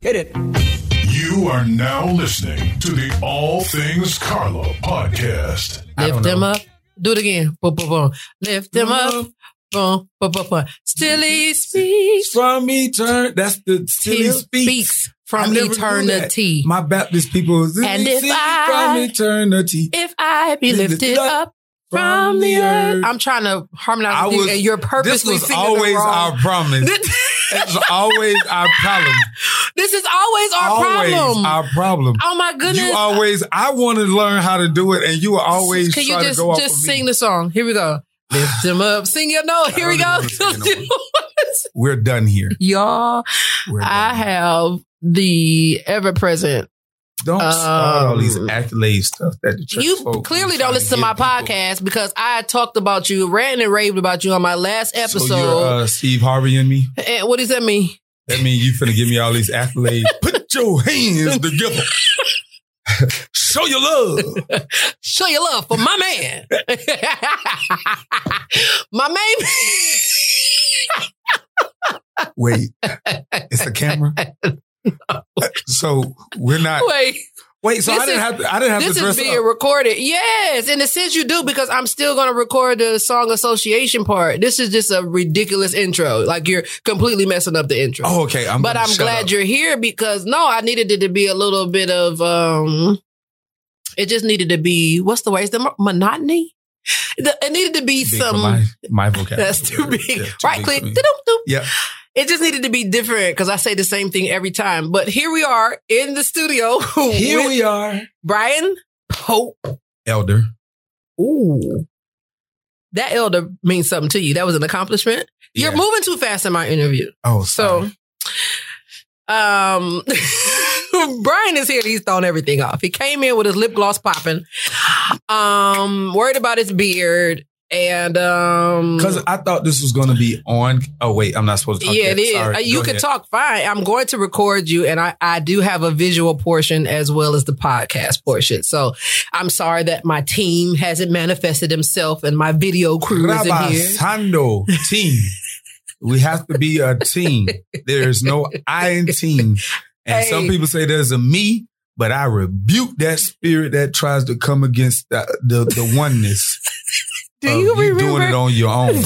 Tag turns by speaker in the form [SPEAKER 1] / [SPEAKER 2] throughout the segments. [SPEAKER 1] Hit it.
[SPEAKER 2] You are now listening to the All Things Carla podcast.
[SPEAKER 3] Lift them up. Do it again. Boom, boom, boom. Lift them up. Boom, boom, boom, boom. Still he speaks.
[SPEAKER 4] From eternity. That's the
[SPEAKER 3] He
[SPEAKER 4] silly speaks.
[SPEAKER 3] speaks
[SPEAKER 4] I
[SPEAKER 3] from
[SPEAKER 4] never knew
[SPEAKER 3] eternity.
[SPEAKER 4] that. My Baptist people.
[SPEAKER 3] And if
[SPEAKER 4] Silly
[SPEAKER 3] I-
[SPEAKER 4] From eternity.
[SPEAKER 3] If I be
[SPEAKER 4] Lifted
[SPEAKER 3] lifted
[SPEAKER 4] up
[SPEAKER 3] up from the earth. I'm trying to
[SPEAKER 4] I
[SPEAKER 3] harmonize with
[SPEAKER 4] was-
[SPEAKER 3] you, and you're
[SPEAKER 4] This
[SPEAKER 3] purposely
[SPEAKER 4] was
[SPEAKER 3] singing
[SPEAKER 4] always
[SPEAKER 3] the wrong.
[SPEAKER 4] our promise. It's always our problem.
[SPEAKER 3] this is always our
[SPEAKER 4] always
[SPEAKER 3] problem.
[SPEAKER 4] our problem.
[SPEAKER 3] oh my goodness.
[SPEAKER 4] You always, I want to learn how to do it, and you always
[SPEAKER 3] Can you
[SPEAKER 4] try
[SPEAKER 3] just
[SPEAKER 4] to go off
[SPEAKER 3] just
[SPEAKER 4] of
[SPEAKER 3] sing
[SPEAKER 4] me.
[SPEAKER 3] the song? Here we go. Lift them up. Sing your note. Here we
[SPEAKER 4] I
[SPEAKER 3] go.
[SPEAKER 4] don't even wanna sing it no We're done here.
[SPEAKER 3] Y'all,
[SPEAKER 4] We're done
[SPEAKER 3] I
[SPEAKER 4] here.
[SPEAKER 3] have the ever present
[SPEAKER 4] Don't start all these
[SPEAKER 3] Um,
[SPEAKER 4] accolade stuff that the church
[SPEAKER 3] You
[SPEAKER 4] folk
[SPEAKER 3] clearly
[SPEAKER 4] be
[SPEAKER 3] don't
[SPEAKER 4] trying
[SPEAKER 3] listen to my
[SPEAKER 4] give people.
[SPEAKER 3] podcast because I talked about you, ran and raved about you on my last episode.
[SPEAKER 4] So you're uh, Steve Harvey and me.
[SPEAKER 3] and what does that mean?
[SPEAKER 4] That means you finna give me all these accolades. Put your hands together. Show your love.
[SPEAKER 3] Show your love for my man. my man.
[SPEAKER 4] Wait, it's the camera. So we're not.
[SPEAKER 3] Wait,
[SPEAKER 4] Wait, so I
[SPEAKER 3] This
[SPEAKER 4] didn't
[SPEAKER 3] is-
[SPEAKER 4] have to. I didn't have to
[SPEAKER 3] this is
[SPEAKER 4] dress
[SPEAKER 3] being
[SPEAKER 4] up.
[SPEAKER 3] recorded. Yes, in a sense you do because I'm still going to record the song association part. This is just a ridiculous intro. Like you're completely messing up the intro.
[SPEAKER 4] Oh, okay. I'm
[SPEAKER 3] but
[SPEAKER 4] gonna
[SPEAKER 3] I'm
[SPEAKER 4] shut
[SPEAKER 3] glad
[SPEAKER 4] up.
[SPEAKER 3] you're here because no, I needed it to be a little bit of um it just needed to be what's the word? Is the mo- monotony? The- it needed to be
[SPEAKER 4] Big for
[SPEAKER 3] some
[SPEAKER 4] my, my vocabulary.
[SPEAKER 3] that's too big.
[SPEAKER 4] Yeah, too
[SPEAKER 3] right
[SPEAKER 4] big
[SPEAKER 3] click.
[SPEAKER 4] for me.
[SPEAKER 3] Doop-doop.
[SPEAKER 4] Yeah.
[SPEAKER 3] It just needed to be different because I say the same thing every time. But here we are in the studio
[SPEAKER 4] Here
[SPEAKER 3] with
[SPEAKER 4] we are,
[SPEAKER 3] Brian Pope.
[SPEAKER 4] Elder.
[SPEAKER 3] Ooh. That elder means something to you. That was an accomplishment. You're
[SPEAKER 4] Yeah.
[SPEAKER 3] moving too fast in my interview.
[SPEAKER 4] Oh,
[SPEAKER 3] So,
[SPEAKER 4] sorry.
[SPEAKER 3] um, Brian is here. He's thrown everything off. He came in with his lip gloss popping, um, worried about his beard, and um,
[SPEAKER 4] Because I thought this was going to be on. Oh wait, I'm not supposed to. talk
[SPEAKER 3] yeah,
[SPEAKER 4] yet.
[SPEAKER 3] it is.
[SPEAKER 4] Sorry.
[SPEAKER 3] Uh, you
[SPEAKER 4] Go
[SPEAKER 3] can
[SPEAKER 4] ahead.
[SPEAKER 3] talk fine. I'm going to record you, and I, I do have a visual portion as well as the podcast portion. So I'm sorry that my team hasn't manifested himself, and my video crew isn't here.
[SPEAKER 4] Rabasando team. We have to be a team. There is no I in team. And
[SPEAKER 3] Hey.
[SPEAKER 4] some people say there's a me, but I rebuke that spirit that tries to come against the the, the oneness.
[SPEAKER 3] Do
[SPEAKER 4] of
[SPEAKER 3] you remember?
[SPEAKER 4] doing it on your own?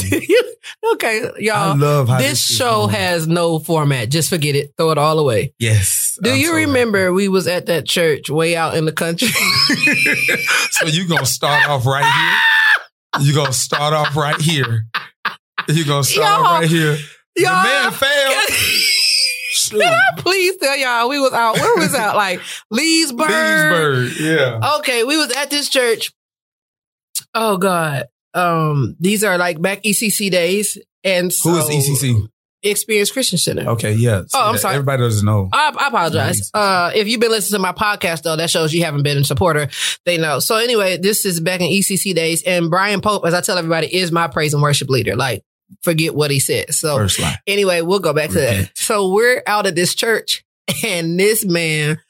[SPEAKER 3] okay,
[SPEAKER 4] I
[SPEAKER 3] y'all.
[SPEAKER 4] love how
[SPEAKER 3] This
[SPEAKER 4] this, is
[SPEAKER 3] show
[SPEAKER 4] going.
[SPEAKER 3] has no format. Just forget it. Throw it all away.
[SPEAKER 4] yes.
[SPEAKER 3] Do
[SPEAKER 4] I'm
[SPEAKER 3] you
[SPEAKER 4] so
[SPEAKER 3] remember we was at that church way out in the country?
[SPEAKER 4] happy. so you gonna start off right here. You gonna start off right here. You gonna start
[SPEAKER 3] Y'all.
[SPEAKER 4] off right here. The man
[SPEAKER 3] y'all,
[SPEAKER 4] failed. Shoot.
[SPEAKER 3] please tell y'all we was out. Where was out? Like Leesburg.
[SPEAKER 4] Leesburg. Yeah.
[SPEAKER 3] Okay, we was at this church. Oh God. Um, these are like back ECC days, and so
[SPEAKER 4] Who is E ECC?
[SPEAKER 3] Experience Christian Center.
[SPEAKER 4] Okay, yeah.
[SPEAKER 3] Oh, I'm
[SPEAKER 4] that
[SPEAKER 3] sorry.
[SPEAKER 4] Everybody doesn't know.
[SPEAKER 3] I, I apologize.
[SPEAKER 4] No,
[SPEAKER 3] Uh, if you've been listening to my podcast, though, that shows you haven't been a supporter. They know. So anyway, this is back in ECC days, and Brian Pope, as I tell everybody, is my praise and worship leader. Like, forget what he said. So
[SPEAKER 4] First line.
[SPEAKER 3] anyway, we'll go back to that.
[SPEAKER 4] Repent.
[SPEAKER 3] So we're out at this church, and this man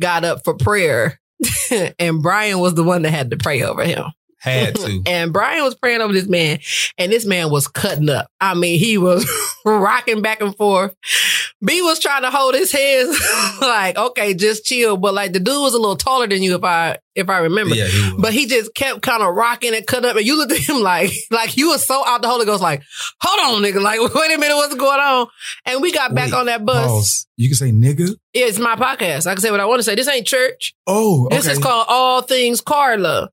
[SPEAKER 3] got up for prayer, and Brian was the one that had to pray over him.
[SPEAKER 4] Had to.
[SPEAKER 3] And Brian was praying over this man, and this man was cutting up. I mean, he was rocking back and forth. B was trying to hold his hands, like, okay, just chill. But like the dude was a little taller than you, if I if I remember.
[SPEAKER 4] yeah, he was.
[SPEAKER 3] But he just kept kind of rocking and cut up, and you looked at him like, like you were so out the Holy Ghost, like, hold on, nigga, like, wait a minute, what's going on? And we got back
[SPEAKER 4] Wait,
[SPEAKER 3] on that bus.
[SPEAKER 4] Pause. You can say nigga.
[SPEAKER 3] It's my podcast. I can say what I want to say. This ain't church.
[SPEAKER 4] Oh,
[SPEAKER 3] This
[SPEAKER 4] okay.
[SPEAKER 3] is called All Things Carla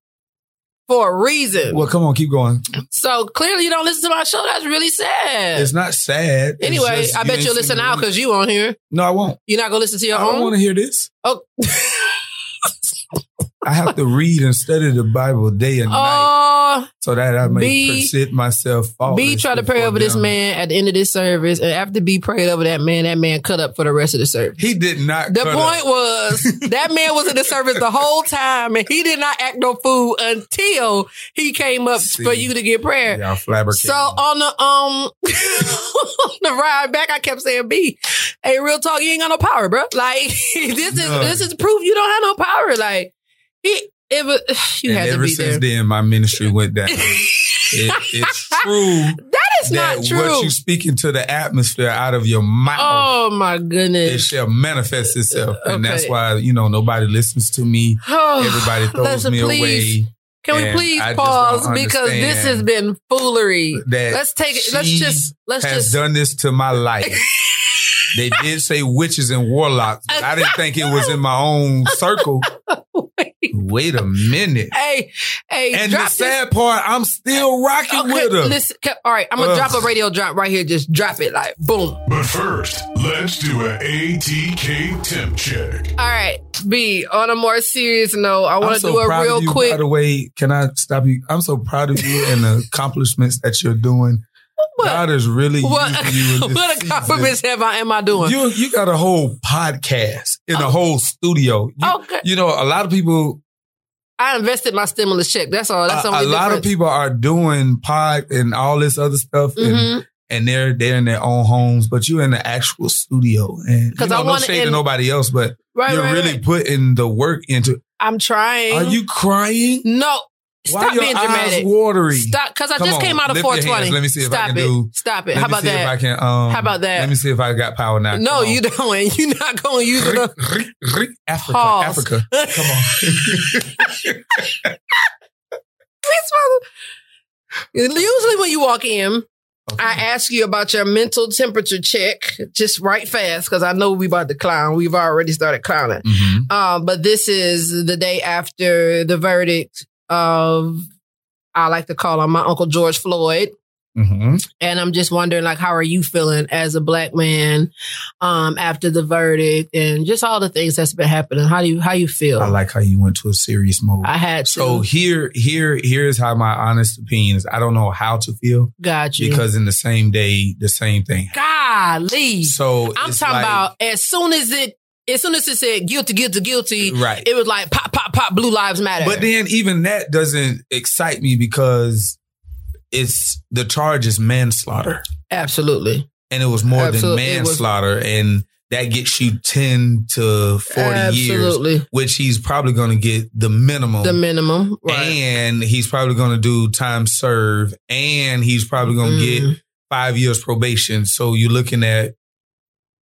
[SPEAKER 3] for a reason.
[SPEAKER 4] Well, come on, keep going.
[SPEAKER 3] So clearly you don't listen to my show. That's really sad.
[SPEAKER 4] It's not sad. It's
[SPEAKER 3] anyway,
[SPEAKER 4] just
[SPEAKER 3] I bet
[SPEAKER 4] ain't
[SPEAKER 3] you'll
[SPEAKER 4] seen
[SPEAKER 3] listen
[SPEAKER 4] the
[SPEAKER 3] out
[SPEAKER 4] woman.
[SPEAKER 3] because you on here.
[SPEAKER 4] no, I won't.
[SPEAKER 3] You're not gonna listen to your
[SPEAKER 4] I don't
[SPEAKER 3] own.
[SPEAKER 4] want to hear this.
[SPEAKER 3] Oh,
[SPEAKER 4] I have to read and study the Bible day and night
[SPEAKER 3] oh,
[SPEAKER 4] so that I may
[SPEAKER 3] B-
[SPEAKER 4] present myself. faultless
[SPEAKER 3] B tried to pray
[SPEAKER 4] before
[SPEAKER 3] over this
[SPEAKER 4] them.
[SPEAKER 3] man at the end of this service, and after B prayed over that man, that man cut up for the rest of the service.
[SPEAKER 4] He did not.
[SPEAKER 3] The
[SPEAKER 4] cut
[SPEAKER 3] point
[SPEAKER 4] up.
[SPEAKER 3] was that man was in the service the whole time, and he did not act no fool until he came up
[SPEAKER 4] See.
[SPEAKER 3] for you to get prayer.
[SPEAKER 4] Y'all flabbergasted.
[SPEAKER 3] So on the um on the ride back, I kept saying, "B, hey, real talk, you ain't got no power, bro. Like this is
[SPEAKER 4] None.
[SPEAKER 3] this is proof you don't have no power. Like he It was, you
[SPEAKER 4] and
[SPEAKER 3] had to
[SPEAKER 4] ever
[SPEAKER 3] be
[SPEAKER 4] since
[SPEAKER 3] there.
[SPEAKER 4] then, my ministry went down. it, it's true
[SPEAKER 3] that is
[SPEAKER 4] that
[SPEAKER 3] not true.
[SPEAKER 4] what you speak into the atmosphere out of your mouth.
[SPEAKER 3] Oh my
[SPEAKER 4] It
[SPEAKER 3] goodness.
[SPEAKER 4] shall manifest itself, and
[SPEAKER 3] Okay.
[SPEAKER 4] that's why you know nobody listens to me.
[SPEAKER 3] Oh,
[SPEAKER 4] Everybody throws
[SPEAKER 3] Listen,
[SPEAKER 4] me
[SPEAKER 3] please.
[SPEAKER 4] away.
[SPEAKER 3] Can we
[SPEAKER 4] and
[SPEAKER 3] please
[SPEAKER 4] I just don't
[SPEAKER 3] pause because this
[SPEAKER 4] understand
[SPEAKER 3] has been foolery.
[SPEAKER 4] That
[SPEAKER 3] Let's take it. Let's
[SPEAKER 4] she
[SPEAKER 3] just let's
[SPEAKER 4] has
[SPEAKER 3] just
[SPEAKER 4] done this to my life. they did say witches and warlocks, but I didn't think it was in my own circle. Wait a minute.
[SPEAKER 3] hey hey
[SPEAKER 4] And the
[SPEAKER 3] drop this.
[SPEAKER 4] sad part, I'm still rocking
[SPEAKER 3] Okay,
[SPEAKER 4] with her.
[SPEAKER 3] listen, ca- all right, I'm gonna
[SPEAKER 4] Ugh.
[SPEAKER 3] drop a radio drop right here. Just drop it like boom. All
[SPEAKER 2] But first, let's do an ATK temp check.
[SPEAKER 3] right, B. On a more serious note, I want
[SPEAKER 4] I'm
[SPEAKER 3] to
[SPEAKER 4] so
[SPEAKER 3] do a
[SPEAKER 4] proud
[SPEAKER 3] real
[SPEAKER 4] of you,
[SPEAKER 3] quick.
[SPEAKER 4] By the way, can I stop you? I'm so proud of you and the accomplishments that you're doing. God is really
[SPEAKER 3] What
[SPEAKER 4] using you in this
[SPEAKER 3] what
[SPEAKER 4] season.
[SPEAKER 3] accomplishments have I am I doing? Oh.
[SPEAKER 4] You you got a whole podcast in a whole studio. You,
[SPEAKER 3] okay,
[SPEAKER 4] you know, a lot of people,
[SPEAKER 3] I invested my stimulus check. That's all. That's
[SPEAKER 4] a,
[SPEAKER 3] the only
[SPEAKER 4] a lot of
[SPEAKER 3] difference.
[SPEAKER 4] people are doing pod and all this other stuff, and,
[SPEAKER 3] Mhm.
[SPEAKER 4] and they're they're in their own homes, but you're in the actual studio, and you
[SPEAKER 3] 'Cause I
[SPEAKER 4] know, no
[SPEAKER 3] wanna
[SPEAKER 4] shade to
[SPEAKER 3] end-
[SPEAKER 4] nobody else, but
[SPEAKER 3] Right,
[SPEAKER 4] you're
[SPEAKER 3] right,
[SPEAKER 4] really
[SPEAKER 3] right.
[SPEAKER 4] putting the work into.
[SPEAKER 3] I'm trying.
[SPEAKER 4] Are you crying?
[SPEAKER 3] No.
[SPEAKER 4] Why
[SPEAKER 3] Stop
[SPEAKER 4] your
[SPEAKER 3] being
[SPEAKER 4] eyes
[SPEAKER 3] dramatic.
[SPEAKER 4] watery?
[SPEAKER 3] Stop, because I
[SPEAKER 4] Come
[SPEAKER 3] just
[SPEAKER 4] on,
[SPEAKER 3] came out of
[SPEAKER 4] lift your
[SPEAKER 3] 420.
[SPEAKER 4] hands. Let me see if I
[SPEAKER 3] Stop
[SPEAKER 4] can
[SPEAKER 3] it.
[SPEAKER 4] do-
[SPEAKER 3] Stop it.
[SPEAKER 4] Let
[SPEAKER 3] How
[SPEAKER 4] me
[SPEAKER 3] about
[SPEAKER 4] see If I
[SPEAKER 3] that?
[SPEAKER 4] can, um,
[SPEAKER 3] How about that?
[SPEAKER 4] Let me see if I got power now.
[SPEAKER 3] No,
[SPEAKER 4] Come on.
[SPEAKER 3] you don't. You're not going to use it.
[SPEAKER 4] Rick,
[SPEAKER 3] up.
[SPEAKER 4] Rick, Rick, Africa,
[SPEAKER 3] Pause.
[SPEAKER 4] Africa. Come on.
[SPEAKER 3] Usually when you walk in,
[SPEAKER 4] Okay.
[SPEAKER 3] I ask you about your mental temperature check, just right fast, because I know we about to clown. We've already started clowning.
[SPEAKER 4] Mhm.
[SPEAKER 3] Um, but this is the day after the verdict of, I like to call him my Uncle George Floyd.
[SPEAKER 4] Mm-hmm.
[SPEAKER 3] and I'm just wondering, like, how are you feeling as a black man um, after the verdict and just all the things that's been happening? How do you how you feel?
[SPEAKER 4] I like how you went to a serious mode.
[SPEAKER 3] I had to
[SPEAKER 4] so here, here, here's how my honest opinion is. I don't know how to feel
[SPEAKER 3] got you.
[SPEAKER 4] because in the same day, the same thing.
[SPEAKER 3] Golly,
[SPEAKER 4] So
[SPEAKER 3] I'm
[SPEAKER 4] it's
[SPEAKER 3] talking
[SPEAKER 4] like-
[SPEAKER 3] about as soon as it as soon as it said guilty, guilty, guilty,
[SPEAKER 4] right.
[SPEAKER 3] it was like pop, pop, pop. Blue lives matter.
[SPEAKER 4] But then even that doesn't excite me because it's the charge is manslaughter,
[SPEAKER 3] absolutely,
[SPEAKER 4] and it was more
[SPEAKER 3] Absolutely, it
[SPEAKER 4] than
[SPEAKER 3] was-
[SPEAKER 4] manslaughter, and that gets you ten to forty years,
[SPEAKER 3] absolutely,
[SPEAKER 4] which he's probably going to get the minimum.
[SPEAKER 3] the minimum, right?
[SPEAKER 4] And he's probably going to do time serve, and he's probably going to get
[SPEAKER 3] Mm,
[SPEAKER 4] five years probation. So you're looking at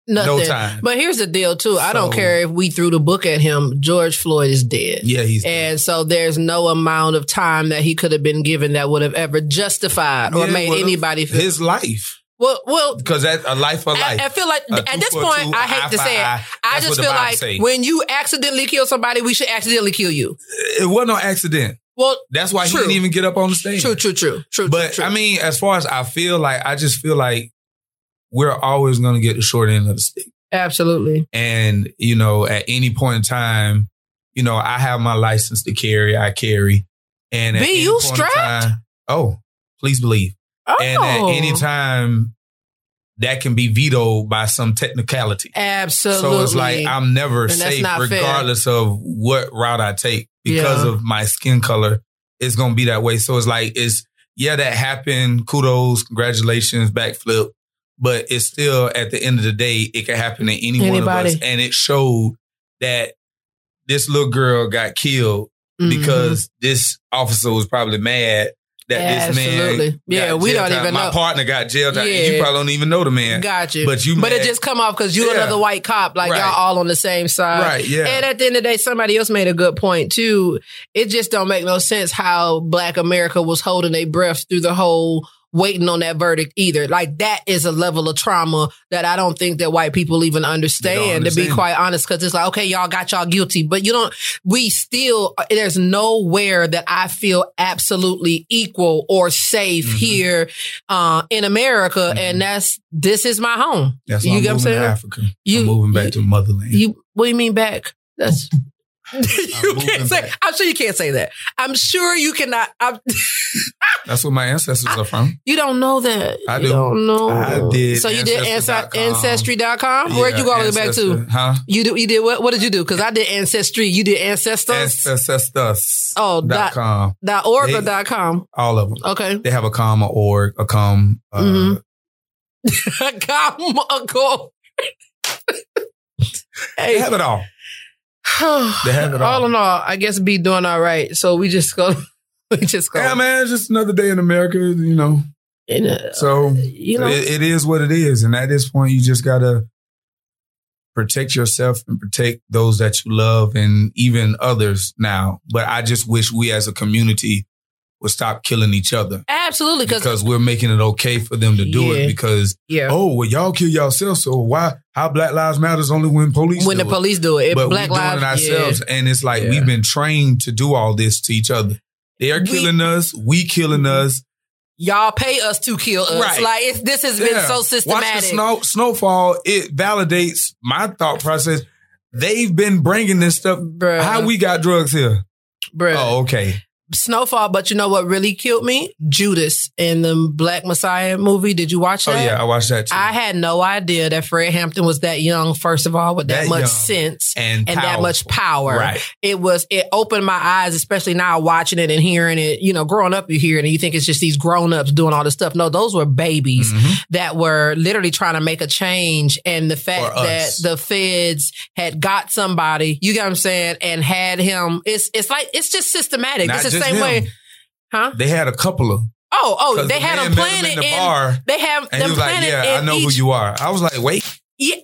[SPEAKER 3] nothing.
[SPEAKER 4] no time.
[SPEAKER 3] But here's the deal, too. I don't
[SPEAKER 4] So-
[SPEAKER 3] care if we threw the book at him. George Floyd is dead.
[SPEAKER 4] yeah, he's
[SPEAKER 3] And so there's no amount of time that he could have been given that would have ever justified or
[SPEAKER 4] Yeah,
[SPEAKER 3] made
[SPEAKER 4] would've.
[SPEAKER 3] anybody feel.
[SPEAKER 4] his life
[SPEAKER 3] well, well,
[SPEAKER 4] because that's a life for
[SPEAKER 3] I,
[SPEAKER 4] life.
[SPEAKER 3] I feel like
[SPEAKER 4] A
[SPEAKER 3] at
[SPEAKER 4] two
[SPEAKER 3] this
[SPEAKER 4] for
[SPEAKER 3] point,
[SPEAKER 4] two,
[SPEAKER 3] I
[SPEAKER 4] a
[SPEAKER 3] hate
[SPEAKER 4] eye
[SPEAKER 3] to
[SPEAKER 4] for
[SPEAKER 3] say it.
[SPEAKER 4] eye.
[SPEAKER 3] I
[SPEAKER 4] That's
[SPEAKER 3] just
[SPEAKER 4] what the
[SPEAKER 3] feel
[SPEAKER 4] Bible
[SPEAKER 3] like
[SPEAKER 4] say.
[SPEAKER 3] when you accidentally kill somebody, we should accidentally kill you.
[SPEAKER 4] It wasn't no accident.
[SPEAKER 3] Well,
[SPEAKER 4] That's why
[SPEAKER 3] True.
[SPEAKER 4] he didn't even get up on the stage.
[SPEAKER 3] true, true, true, true.
[SPEAKER 4] But
[SPEAKER 3] true, true.
[SPEAKER 4] I mean, as far as I feel like, I just feel like we're always going to get the short end of the stick.
[SPEAKER 3] absolutely.
[SPEAKER 4] And, you know, at any point in time, you know, I have my license to carry, I carry. And at
[SPEAKER 3] B,
[SPEAKER 4] any
[SPEAKER 3] you
[SPEAKER 4] point in
[SPEAKER 3] strapped?
[SPEAKER 4] time- oh, please believe.
[SPEAKER 3] Oh,
[SPEAKER 4] And at any time, that can be vetoed by some technicality.
[SPEAKER 3] absolutely.
[SPEAKER 4] So it's like I'm never
[SPEAKER 3] And that's
[SPEAKER 4] safe,
[SPEAKER 3] not fair.
[SPEAKER 4] regardless of what route I take, because
[SPEAKER 3] Yeah.
[SPEAKER 4] of my skin color. It's gonna be that way. So it's like it's yeah, that happened. Kudos, congratulations, backflip. But it's still at the end of the day, it can happen to any one of us,
[SPEAKER 3] Anybody.
[SPEAKER 4] and it showed that this little girl got killed
[SPEAKER 3] Mhm.
[SPEAKER 4] because this officer was probably mad that this man.
[SPEAKER 3] absolutely. yeah,
[SPEAKER 4] got
[SPEAKER 3] we
[SPEAKER 4] jail
[SPEAKER 3] don't
[SPEAKER 4] time.
[SPEAKER 3] even
[SPEAKER 4] My
[SPEAKER 3] know.
[SPEAKER 4] partner got jail time. and You
[SPEAKER 3] Yeah.
[SPEAKER 4] probably don't even know the man.
[SPEAKER 3] Got you.
[SPEAKER 4] But you
[SPEAKER 3] But it
[SPEAKER 4] mad.
[SPEAKER 3] just come off because you
[SPEAKER 4] Yeah.
[SPEAKER 3] another white cop. Like
[SPEAKER 4] Right.
[SPEAKER 3] y'all all on the same side.
[SPEAKER 4] right? Yeah.
[SPEAKER 3] And at the end of the day, somebody else made a good point too. It just don't make no sense how Black America was holding their breath through the whole waiting on that verdict either. Like that is a level of trauma that I don't think that white people even understand. To be
[SPEAKER 4] understand.
[SPEAKER 3] quite honest, because it's like okay, y'all got y'all guilty, but you don't. We still there's nowhere that I feel absolutely equal or safe
[SPEAKER 4] Mhm.
[SPEAKER 3] here uh, in America,
[SPEAKER 4] Mhm.
[SPEAKER 3] and that's this is my home.
[SPEAKER 4] That's
[SPEAKER 3] You
[SPEAKER 4] why I'm
[SPEAKER 3] get what I'm
[SPEAKER 4] moving
[SPEAKER 3] saying?
[SPEAKER 4] to Africa.
[SPEAKER 3] You-
[SPEAKER 4] I'm moving back
[SPEAKER 3] you-
[SPEAKER 4] to motherland.
[SPEAKER 3] You what do you mean back? That's you
[SPEAKER 4] moving
[SPEAKER 3] can't say.
[SPEAKER 4] back.
[SPEAKER 3] I'm sure you can't say that. I'm sure you cannot. I'm,
[SPEAKER 4] That's where my ancestors are from.
[SPEAKER 3] you don't know that.
[SPEAKER 4] I
[SPEAKER 3] You
[SPEAKER 4] do.
[SPEAKER 3] don't know.
[SPEAKER 4] I did
[SPEAKER 3] So you did
[SPEAKER 4] ancestry.com.
[SPEAKER 3] ancestry.com. Where'd you go all the way back to?
[SPEAKER 4] Ancestor- Huh?
[SPEAKER 3] You do. You did what? What did you do? Because I did ancestry. You did ancestors.
[SPEAKER 4] Ancestors.
[SPEAKER 3] Oh,
[SPEAKER 4] dot
[SPEAKER 3] dot,
[SPEAKER 4] com.
[SPEAKER 3] dot org or
[SPEAKER 4] They-
[SPEAKER 3] dot com.
[SPEAKER 4] All of them.
[SPEAKER 3] Okay.
[SPEAKER 4] They have a com, a org, a com. Uh,
[SPEAKER 3] Mhm. com. Uncle.
[SPEAKER 4] They
[SPEAKER 3] hey.
[SPEAKER 4] have it all. They have it all.
[SPEAKER 3] in all, I guess be doing all right. So we just go. We just go.
[SPEAKER 4] Yeah, man, it's just another day in America, you know.
[SPEAKER 3] And, uh,
[SPEAKER 4] So
[SPEAKER 3] you know,
[SPEAKER 4] it, it is what it is, and at this point, you just gotta protect yourself and protect those that you love and even others now. But I just wish we as a community would stop killing each other
[SPEAKER 3] absolutely. Because
[SPEAKER 4] because we're making it okay for them to do
[SPEAKER 3] Yeah.
[SPEAKER 4] it because
[SPEAKER 3] yeah,
[SPEAKER 4] oh well y'all kill yourselves so why how Black Lives Matters only when police
[SPEAKER 3] when the
[SPEAKER 4] do it?
[SPEAKER 3] police do it, it
[SPEAKER 4] but
[SPEAKER 3] black
[SPEAKER 4] we doing
[SPEAKER 3] lives
[SPEAKER 4] it ourselves, and it's like
[SPEAKER 3] Yeah.
[SPEAKER 4] we've been trained to do all this to each other. They are
[SPEAKER 3] We- Mm-hmm.
[SPEAKER 4] killing us. We killing us.
[SPEAKER 3] Yeah. Y'all pay us to kill us.
[SPEAKER 4] Right.
[SPEAKER 3] Like it's, this has been
[SPEAKER 4] Yeah.
[SPEAKER 3] so
[SPEAKER 4] Watch the
[SPEAKER 3] systematic.
[SPEAKER 4] snow, snowfall. It validates my thought process. They've been bringing this stuff.
[SPEAKER 3] Bruh,
[SPEAKER 4] How we got drugs here?
[SPEAKER 3] bruh.
[SPEAKER 4] Oh, okay.
[SPEAKER 3] Snowfall, but you know what really killed me? Judas in the Black Messiah movie. Did you watch
[SPEAKER 4] Oh
[SPEAKER 3] that?
[SPEAKER 4] yeah, I watched that too.
[SPEAKER 3] I had no idea that Fred Hampton was that young, first of all, with that,
[SPEAKER 4] That
[SPEAKER 3] much
[SPEAKER 4] young.
[SPEAKER 3] sense
[SPEAKER 4] and
[SPEAKER 3] and that much power.
[SPEAKER 4] powerful. Right.
[SPEAKER 3] It was, it opened my eyes, especially now watching it and hearing it. You know, growing up, you hear it and you think it's just these grown ups doing all this stuff. No, those were babies
[SPEAKER 4] Mhm.
[SPEAKER 3] that were literally trying to make a change. And the fact
[SPEAKER 4] For
[SPEAKER 3] that
[SPEAKER 4] us.
[SPEAKER 3] the feds had got somebody, you get what I'm saying, and had him, it's, it's like, it's just systematic.
[SPEAKER 4] Not
[SPEAKER 3] it's the
[SPEAKER 4] just
[SPEAKER 3] same
[SPEAKER 4] him.
[SPEAKER 3] way. Huh?
[SPEAKER 4] They had a couple of.
[SPEAKER 3] Oh, oh,
[SPEAKER 4] 'Cause
[SPEAKER 3] they
[SPEAKER 4] the
[SPEAKER 3] had
[SPEAKER 4] man
[SPEAKER 3] them
[SPEAKER 4] met
[SPEAKER 3] planted
[SPEAKER 4] in the
[SPEAKER 3] in.
[SPEAKER 4] bar,
[SPEAKER 3] they have
[SPEAKER 4] and he
[SPEAKER 3] them
[SPEAKER 4] was like,
[SPEAKER 3] planted
[SPEAKER 4] "Yeah, I
[SPEAKER 3] in
[SPEAKER 4] know
[SPEAKER 3] each
[SPEAKER 4] who you are." I was like, "Wait,
[SPEAKER 3] I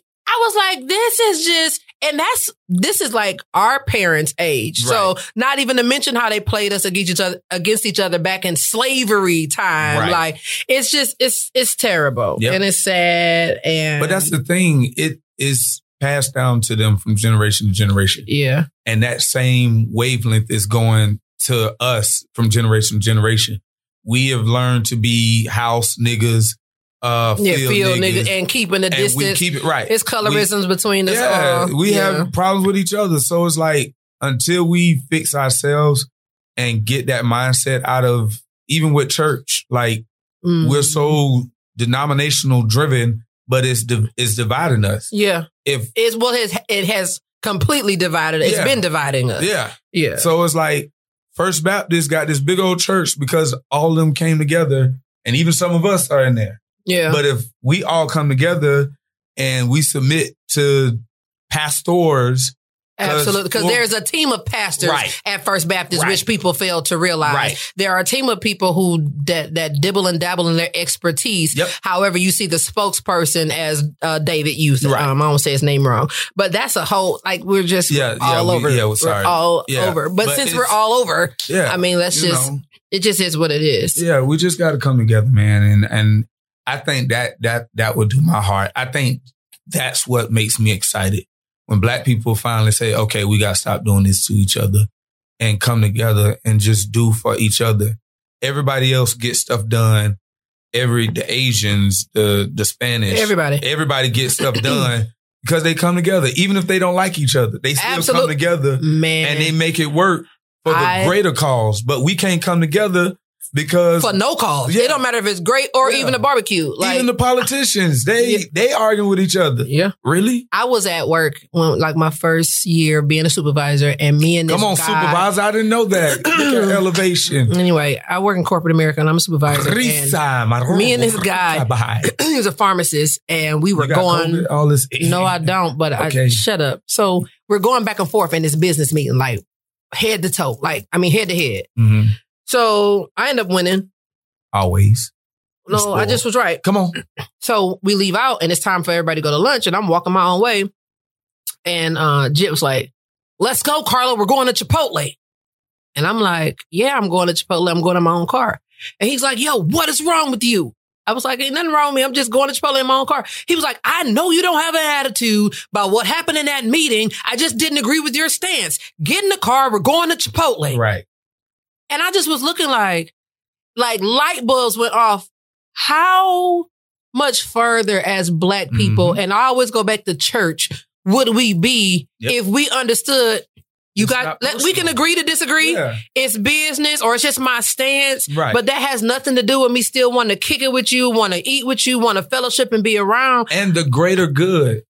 [SPEAKER 3] was like, this is just, and that's this is like our parents' age. So not even to mention how they played us against each other against each other back in slavery time.
[SPEAKER 4] Right.
[SPEAKER 3] Like it's just it's it's terrible
[SPEAKER 4] Yep.
[SPEAKER 3] and it's sad and
[SPEAKER 4] But that's the thing. It is passed down to them from generation to generation.
[SPEAKER 3] yeah
[SPEAKER 4] And that same wavelength is going to us from generation to generation. We have learned to be house niggas, uh, field,
[SPEAKER 3] yeah feel
[SPEAKER 4] niggas,
[SPEAKER 3] nigga and keeping the
[SPEAKER 4] and, we
[SPEAKER 3] distance.
[SPEAKER 4] keep it right.
[SPEAKER 3] it's colorisms between us.
[SPEAKER 4] yeah,
[SPEAKER 3] all.
[SPEAKER 4] we
[SPEAKER 3] Yeah.
[SPEAKER 4] have problems with each other. So it's like until we fix ourselves and get that mindset out of even with church, like
[SPEAKER 3] Mm.
[SPEAKER 4] we're so denominational driven, but it's div- it's dividing us.
[SPEAKER 3] yeah.
[SPEAKER 4] If
[SPEAKER 3] It's well, it has, it has completely divided. It's
[SPEAKER 4] Yeah.
[SPEAKER 3] been dividing us.
[SPEAKER 4] yeah,
[SPEAKER 3] yeah.
[SPEAKER 4] So it's like First Baptist got this big old church because all of them came together, and even some of us are in there.
[SPEAKER 3] Yeah.
[SPEAKER 4] But if we all come together and we submit to pastors,
[SPEAKER 3] Absolutely, because
[SPEAKER 4] uh, well-
[SPEAKER 3] there's a team of pastors
[SPEAKER 4] Right.
[SPEAKER 3] at First Baptist,
[SPEAKER 4] Right.
[SPEAKER 3] which people fail to realize.
[SPEAKER 4] Right.
[SPEAKER 3] There are a team of people who that, that dibble and dabble in their expertise.
[SPEAKER 4] Yep.
[SPEAKER 3] However, you see the spokesperson as uh, David Youth.
[SPEAKER 4] Right.
[SPEAKER 3] Um, I don't say his name wrong, but that's a whole like we're just
[SPEAKER 4] Yeah, yeah,
[SPEAKER 3] all
[SPEAKER 4] we-
[SPEAKER 3] over.
[SPEAKER 4] yeah, we're sorry.
[SPEAKER 3] all
[SPEAKER 4] Yeah,
[SPEAKER 3] over. But,
[SPEAKER 4] but
[SPEAKER 3] since we're
[SPEAKER 4] it's-
[SPEAKER 3] all over,
[SPEAKER 4] yeah,
[SPEAKER 3] I mean, let's
[SPEAKER 4] you
[SPEAKER 3] just
[SPEAKER 4] know,
[SPEAKER 3] it just is what it is.
[SPEAKER 4] yeah, we just got to come together, man. And and I think that that that would do my heart. I think that's what makes me excited when black people finally say, "Okay, we got to stop doing this to each other and come together and just do for each other." Everybody else gets stuff done. Every the Asians, the the Spanish,
[SPEAKER 3] Everybody.
[SPEAKER 4] everybody gets stuff done because they come together. Even if they don't like each other, they still
[SPEAKER 3] Absolute-
[SPEAKER 4] come together
[SPEAKER 3] Man,
[SPEAKER 4] and they make it work for the
[SPEAKER 3] I-
[SPEAKER 4] greater cause. But we can't come together because
[SPEAKER 3] for no cause.
[SPEAKER 4] Yeah.
[SPEAKER 3] It don't matter if it's great or
[SPEAKER 4] Yeah.
[SPEAKER 3] even a barbecue. Like
[SPEAKER 4] even the politicians they
[SPEAKER 3] Yeah.
[SPEAKER 4] they arguing with each other.
[SPEAKER 3] yeah.
[SPEAKER 4] Really?
[SPEAKER 3] I was at work when like my first year being a supervisor, and me and this
[SPEAKER 4] Come on,
[SPEAKER 3] guy-
[SPEAKER 4] supervisor! I didn't know that. Look at elevation.
[SPEAKER 3] Anyway, I work in corporate America, and I'm a supervisor. And
[SPEAKER 4] Risa, my
[SPEAKER 3] me and this guy-
[SPEAKER 4] Risa behind.
[SPEAKER 3] he was a pharmacist, and we were
[SPEAKER 4] You got
[SPEAKER 3] going.
[SPEAKER 4] COVID, all this.
[SPEAKER 3] No, I don't. But I
[SPEAKER 4] Okay.
[SPEAKER 3] shut up. So we're going back and forth in this business meeting, like head to toe, like I mean head to head.
[SPEAKER 4] Mhm.
[SPEAKER 3] So I end up winning.
[SPEAKER 4] Always.
[SPEAKER 3] No,
[SPEAKER 4] Score.
[SPEAKER 3] I just was right.
[SPEAKER 4] Come on.
[SPEAKER 3] So we leave out, and it's time for everybody to go to lunch, and I'm walking my own way, and uh, Jip was like, "Let's go, Carla. We're going to Chipotle." And I'm like, "Yeah, I'm going to Chipotle. I'm going in my own car." And he's like, "Yo, what is wrong with you?" I was like, "Ain't nothing wrong with me. I'm just going to Chipotle in my own car." He was like, "I know you don't have an attitude about what happened in that meeting. I just didn't agree with your stance. Get in the car. We're going to Chipotle."
[SPEAKER 4] Right.
[SPEAKER 3] And I just was looking like, like light bulbs went off. How much further as black people,
[SPEAKER 4] Mm-hmm.
[SPEAKER 3] and I always go back to church, would we be
[SPEAKER 4] Yep.
[SPEAKER 3] if we understood you
[SPEAKER 4] It's
[SPEAKER 3] got,
[SPEAKER 4] not
[SPEAKER 3] let, we can
[SPEAKER 4] personal.
[SPEAKER 3] agree to disagree.
[SPEAKER 4] Yeah.
[SPEAKER 3] It's business or it's just my stance.
[SPEAKER 4] Right.
[SPEAKER 3] But that has nothing to do with me still wanting to kick it with you, want to eat with you, want to fellowship and be around.
[SPEAKER 4] and the greater good.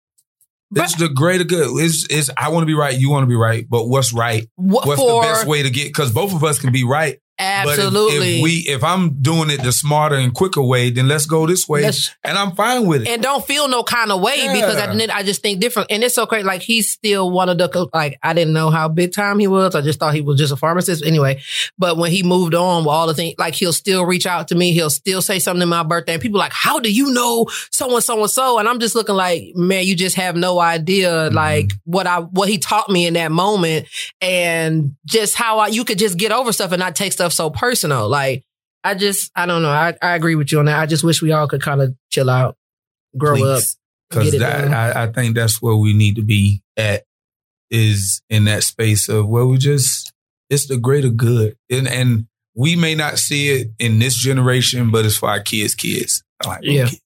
[SPEAKER 4] It's the greater good. It's, it's I want to be right. You want to be right. But what's right?
[SPEAKER 3] What
[SPEAKER 4] What's
[SPEAKER 3] for?
[SPEAKER 4] the best way to get? Because both of us can be right,
[SPEAKER 3] Absolutely.
[SPEAKER 4] But if, if we if I'm doing it the smarter and quicker way, then let's go this way,
[SPEAKER 3] Let's-
[SPEAKER 4] and I'm fine with it.
[SPEAKER 3] and don't feel no kind of way because at the
[SPEAKER 4] Yeah.
[SPEAKER 3] end I just think different. And it's so crazy. Like he's still one of the co- like I didn't know how big time he was. I just thought he was just a pharmacist anyway. But when he moved on with all the things, like he'll still reach out to me. He'll still say something to my birthday, and people are like, how do you know so and so and so? And I'm just looking like, man, you just have no idea
[SPEAKER 4] Mhm.
[SPEAKER 3] like what I what he taught me in that moment, and just how I you could just get over stuff and not take stuff so personal, like. I just, I don't know. I, I agree with you on that. I just wish we all could kind of chill out grow up.
[SPEAKER 4] because
[SPEAKER 3] get it done.
[SPEAKER 4] I, I think that's where we need to be at is in that space of where we just it's the greater good, and and we may not see it in this generation, but it's for our kids' kids. Like,
[SPEAKER 3] Yeah.
[SPEAKER 4] okay.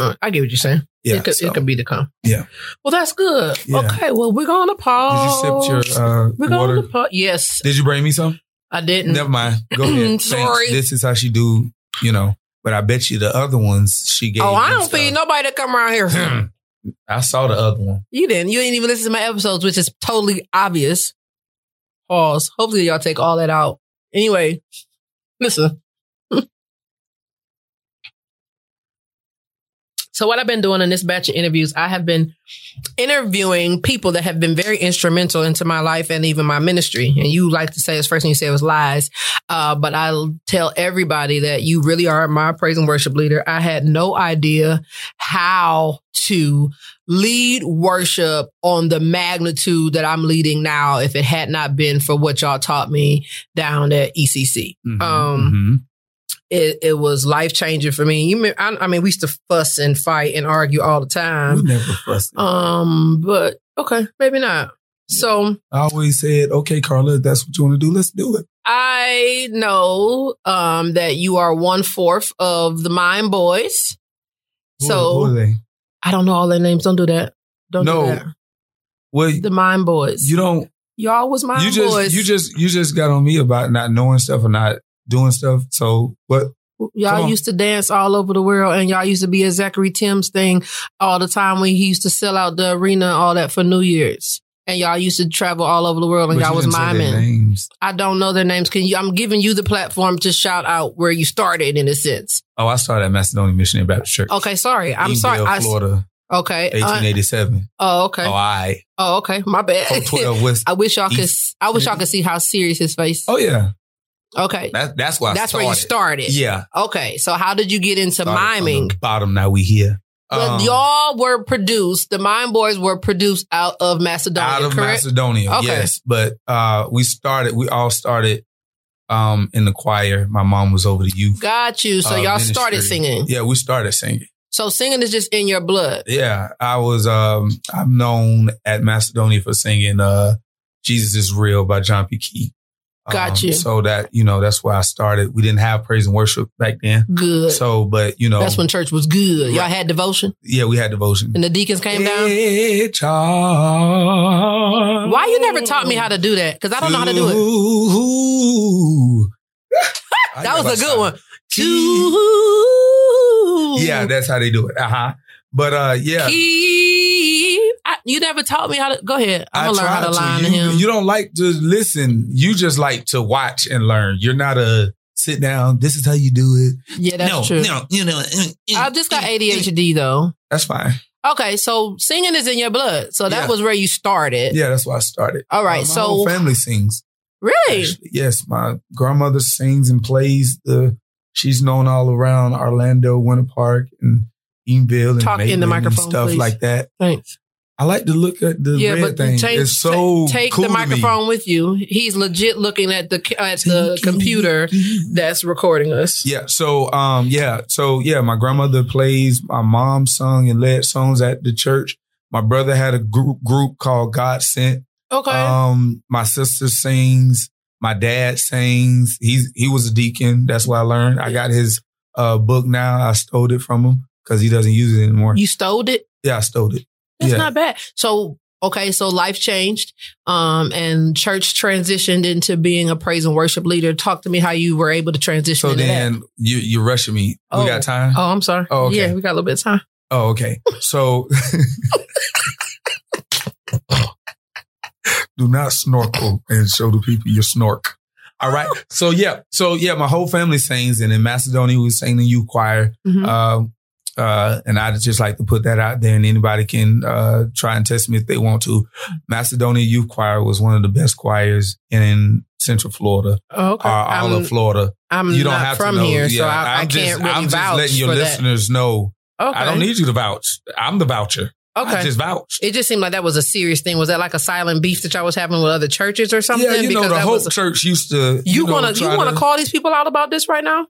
[SPEAKER 3] Uh, I get what you're saying.
[SPEAKER 4] yeah.
[SPEAKER 3] it, could,
[SPEAKER 4] so.
[SPEAKER 3] it could be to come.
[SPEAKER 4] Yeah.
[SPEAKER 3] Well, that's good.
[SPEAKER 4] Yeah.
[SPEAKER 3] Okay. Well, we're going to pause.
[SPEAKER 4] Did you sip your uh,
[SPEAKER 3] Oh, we're
[SPEAKER 4] water?
[SPEAKER 3] going to pause. Yes,
[SPEAKER 4] Did you bring me some?
[SPEAKER 3] I didn't.
[SPEAKER 4] Never mind. Go ahead. Thanks.
[SPEAKER 3] Sorry.
[SPEAKER 4] This is how she do, you know. But I bet you the other ones she gave.
[SPEAKER 3] Oh, I
[SPEAKER 4] you
[SPEAKER 3] don't feed nobody that come around here.
[SPEAKER 4] stuff. I saw the other one.
[SPEAKER 3] you didn't. You didn't even listen to my episodes, which is totally obvious. Pause. Hopefully, y'all take all that out. Anyway, listen. so, what I've been doing in this batch of interviews, I have been interviewing people that have been very instrumental into my life and even my ministry. And you like to say, as first thing you said was lies. Uh, but I'll tell everybody that you really are my praise and worship leader. I had no idea how to lead worship on the magnitude that I'm leading now if it had not been for what y'all taught me down at ECC.
[SPEAKER 4] Mm-hmm.
[SPEAKER 3] Um, It, it was life changing for me. You, me- I, I mean, we used to fuss and fight and argue all the
[SPEAKER 4] Mhm. we
[SPEAKER 3] time.
[SPEAKER 4] never fussed.
[SPEAKER 3] Um, but okay, maybe not. So
[SPEAKER 4] I always said, "Okay, Carla, if that's what you want to do. Let's do it."
[SPEAKER 3] I know um that you are one fourth of the Mind Boys.
[SPEAKER 4] Who-
[SPEAKER 3] So
[SPEAKER 4] who are they?
[SPEAKER 3] I don't know all their names. Don't do that. Don't
[SPEAKER 4] No.
[SPEAKER 3] do that.
[SPEAKER 4] Well,
[SPEAKER 3] The Mind Boys.
[SPEAKER 4] you don't.
[SPEAKER 3] y'all was Mind
[SPEAKER 4] you just
[SPEAKER 3] Boys.
[SPEAKER 4] you just you just got on me about not knowing stuff or not doing stuff. So what? Come
[SPEAKER 3] Y'all
[SPEAKER 4] on.
[SPEAKER 3] used to dance all over the world, and y'all used to be a Zachary Timms thing all the time when he used to sell out the arena and all that for New Year's. And y'all used to travel all over the world,
[SPEAKER 4] But
[SPEAKER 3] and
[SPEAKER 4] you
[SPEAKER 3] y'all was
[SPEAKER 4] didn't say their
[SPEAKER 3] miming.
[SPEAKER 4] names.
[SPEAKER 3] I don't know their names. Can you? I'm giving you the platform to shout out where you started, in a sense.
[SPEAKER 4] Oh, I started at Macedonia Missionary Baptist Church.
[SPEAKER 3] Okay, sorry. Oh, I'm
[SPEAKER 4] Edendale,
[SPEAKER 3] sorry. I, s-
[SPEAKER 4] Florida,
[SPEAKER 3] okay. uh,
[SPEAKER 4] 1887.
[SPEAKER 3] oh, okay.
[SPEAKER 4] Oh, I
[SPEAKER 3] oh, okay. My
[SPEAKER 4] oh,
[SPEAKER 3] bad.
[SPEAKER 4] 12 West.
[SPEAKER 3] I wish y'all could. s- I wish y'all
[SPEAKER 4] East.
[SPEAKER 3] could see how serious his face.
[SPEAKER 4] Oh yeah,
[SPEAKER 3] Okay,
[SPEAKER 4] that, that's why. I
[SPEAKER 3] that's where you started.
[SPEAKER 4] Yeah,
[SPEAKER 3] Okay, so how did you get into
[SPEAKER 4] started from
[SPEAKER 3] miming?
[SPEAKER 4] the Bottom. Now we here.
[SPEAKER 3] But
[SPEAKER 4] Um,
[SPEAKER 3] y'all were produced, the Mind Boys were produced out of Macedonia,
[SPEAKER 4] out of
[SPEAKER 3] correct?
[SPEAKER 4] Macedonia.
[SPEAKER 3] Okay.
[SPEAKER 4] Yes, but uh, we started. We all started um, in the choir. My mom was over the youth.
[SPEAKER 3] Got you. So
[SPEAKER 4] uh,
[SPEAKER 3] y'all
[SPEAKER 4] ministry.
[SPEAKER 3] started singing.
[SPEAKER 4] Yeah, we started singing.
[SPEAKER 3] So singing is just in your blood.
[SPEAKER 4] Yeah, I was. Um, I'm known at Macedonia for singing uh, "Jesus Is Real" by John P. Key. Um,
[SPEAKER 3] Got you.
[SPEAKER 4] So that you know, that's where I started. We didn't have praise and worship back then.
[SPEAKER 3] Good.
[SPEAKER 4] So, but you know,
[SPEAKER 3] That's when church was good. Y'all
[SPEAKER 4] Right.
[SPEAKER 3] had devotion
[SPEAKER 4] yeah, we had devotion.
[SPEAKER 3] and the deacons came down.
[SPEAKER 4] down.
[SPEAKER 3] Why you never taught me how to do that? Because I don't know how to do it.
[SPEAKER 4] I
[SPEAKER 3] That
[SPEAKER 4] never
[SPEAKER 3] was a good
[SPEAKER 4] started.
[SPEAKER 3] one. To
[SPEAKER 4] Yeah, that's how they do it. Uh huh. But uh, yeah,
[SPEAKER 3] keep. I, you never taught me how to. Go ahead. I'm
[SPEAKER 4] I
[SPEAKER 3] gonna learn how to line
[SPEAKER 4] you,
[SPEAKER 3] to him.
[SPEAKER 4] You don't like to listen. You just like to watch and learn. You're not a sit down. This is how you do it.
[SPEAKER 3] yeah, that's
[SPEAKER 4] no,
[SPEAKER 3] true.
[SPEAKER 4] no, you know. mm, mm,
[SPEAKER 3] I just got
[SPEAKER 4] mm, mm.
[SPEAKER 3] ADHD though.
[SPEAKER 4] That's fine.
[SPEAKER 3] Okay, so singing is in your blood. So that
[SPEAKER 4] Yeah.
[SPEAKER 3] was where you started.
[SPEAKER 4] Yeah, that's why I started.
[SPEAKER 3] All right,
[SPEAKER 4] Uh, my
[SPEAKER 3] so-
[SPEAKER 4] whole family sings.
[SPEAKER 3] Really?
[SPEAKER 4] actually. Yes, my grandmother sings and plays the. She's known all around Orlando, Winter Park, and Eatonville, and
[SPEAKER 3] Talk in the
[SPEAKER 4] Maitland and
[SPEAKER 3] microphone,
[SPEAKER 4] stuff
[SPEAKER 3] please.
[SPEAKER 4] like that.
[SPEAKER 3] Thanks.
[SPEAKER 4] I like to look at the
[SPEAKER 3] Yeah,
[SPEAKER 4] red
[SPEAKER 3] but
[SPEAKER 4] thing.
[SPEAKER 3] take,
[SPEAKER 4] it's so
[SPEAKER 3] ta- take
[SPEAKER 4] cool
[SPEAKER 3] the
[SPEAKER 4] to me.
[SPEAKER 3] microphone with you. He's legit looking at the at the computer that's recording us.
[SPEAKER 4] Yeah. So, um, yeah. So, yeah, my grandmother plays. My mom sung and led songs at the church. My brother had a group group called God Sent.
[SPEAKER 3] Okay.
[SPEAKER 4] Um, my sister sings. My dad sings. He's he was a deacon. That's what I learned. I got his uh book now. I stole it from him because he doesn't use it anymore.
[SPEAKER 3] you stole it.
[SPEAKER 4] Yeah, I stole it.
[SPEAKER 3] That's
[SPEAKER 4] yeah.
[SPEAKER 3] not bad. So okay, so life changed, um, and church transitioned into being a praise and worship leader. Talk to me how you were able to transition.
[SPEAKER 4] so
[SPEAKER 3] into
[SPEAKER 4] then you you're rushing me.
[SPEAKER 3] Oh.
[SPEAKER 4] We got time.
[SPEAKER 3] that. oh, I'm sorry.
[SPEAKER 4] Oh, okay.
[SPEAKER 3] yeah, we got a little bit of time.
[SPEAKER 4] Oh, okay. So do not snorkel and show the people your snork. All right. So yeah. So yeah, my whole family sings, and in Macedonia we sing the youth choir.
[SPEAKER 3] Mhm.
[SPEAKER 4] Uh, uh, and I'd just like to put that out there, and anybody can uh, try and test me if they want to. Macedonia Youth Choir was one of the best choirs in Central Florida,
[SPEAKER 3] Oh, okay.
[SPEAKER 4] or all
[SPEAKER 3] I'm,
[SPEAKER 4] of Florida.
[SPEAKER 3] I'm
[SPEAKER 4] You don't
[SPEAKER 3] not
[SPEAKER 4] have
[SPEAKER 3] from
[SPEAKER 4] to know.
[SPEAKER 3] here, so I, I
[SPEAKER 4] I'm
[SPEAKER 3] can't
[SPEAKER 4] just,
[SPEAKER 3] really
[SPEAKER 4] I'm just
[SPEAKER 3] vouch
[SPEAKER 4] letting your
[SPEAKER 3] for
[SPEAKER 4] listeners know.
[SPEAKER 3] that. Okay.
[SPEAKER 4] I don't need you to vouch. I'm the voucher.
[SPEAKER 3] Okay.
[SPEAKER 4] I just vouch.
[SPEAKER 3] it just seemed like that was a serious thing. Was that like a silent beef that y'all was having with other churches or something?
[SPEAKER 4] yeah, you know the
[SPEAKER 3] that
[SPEAKER 4] Hope
[SPEAKER 3] was-
[SPEAKER 4] Church used to.
[SPEAKER 3] you
[SPEAKER 4] know,
[SPEAKER 3] want to you
[SPEAKER 4] try
[SPEAKER 3] want to call these people out about this right now?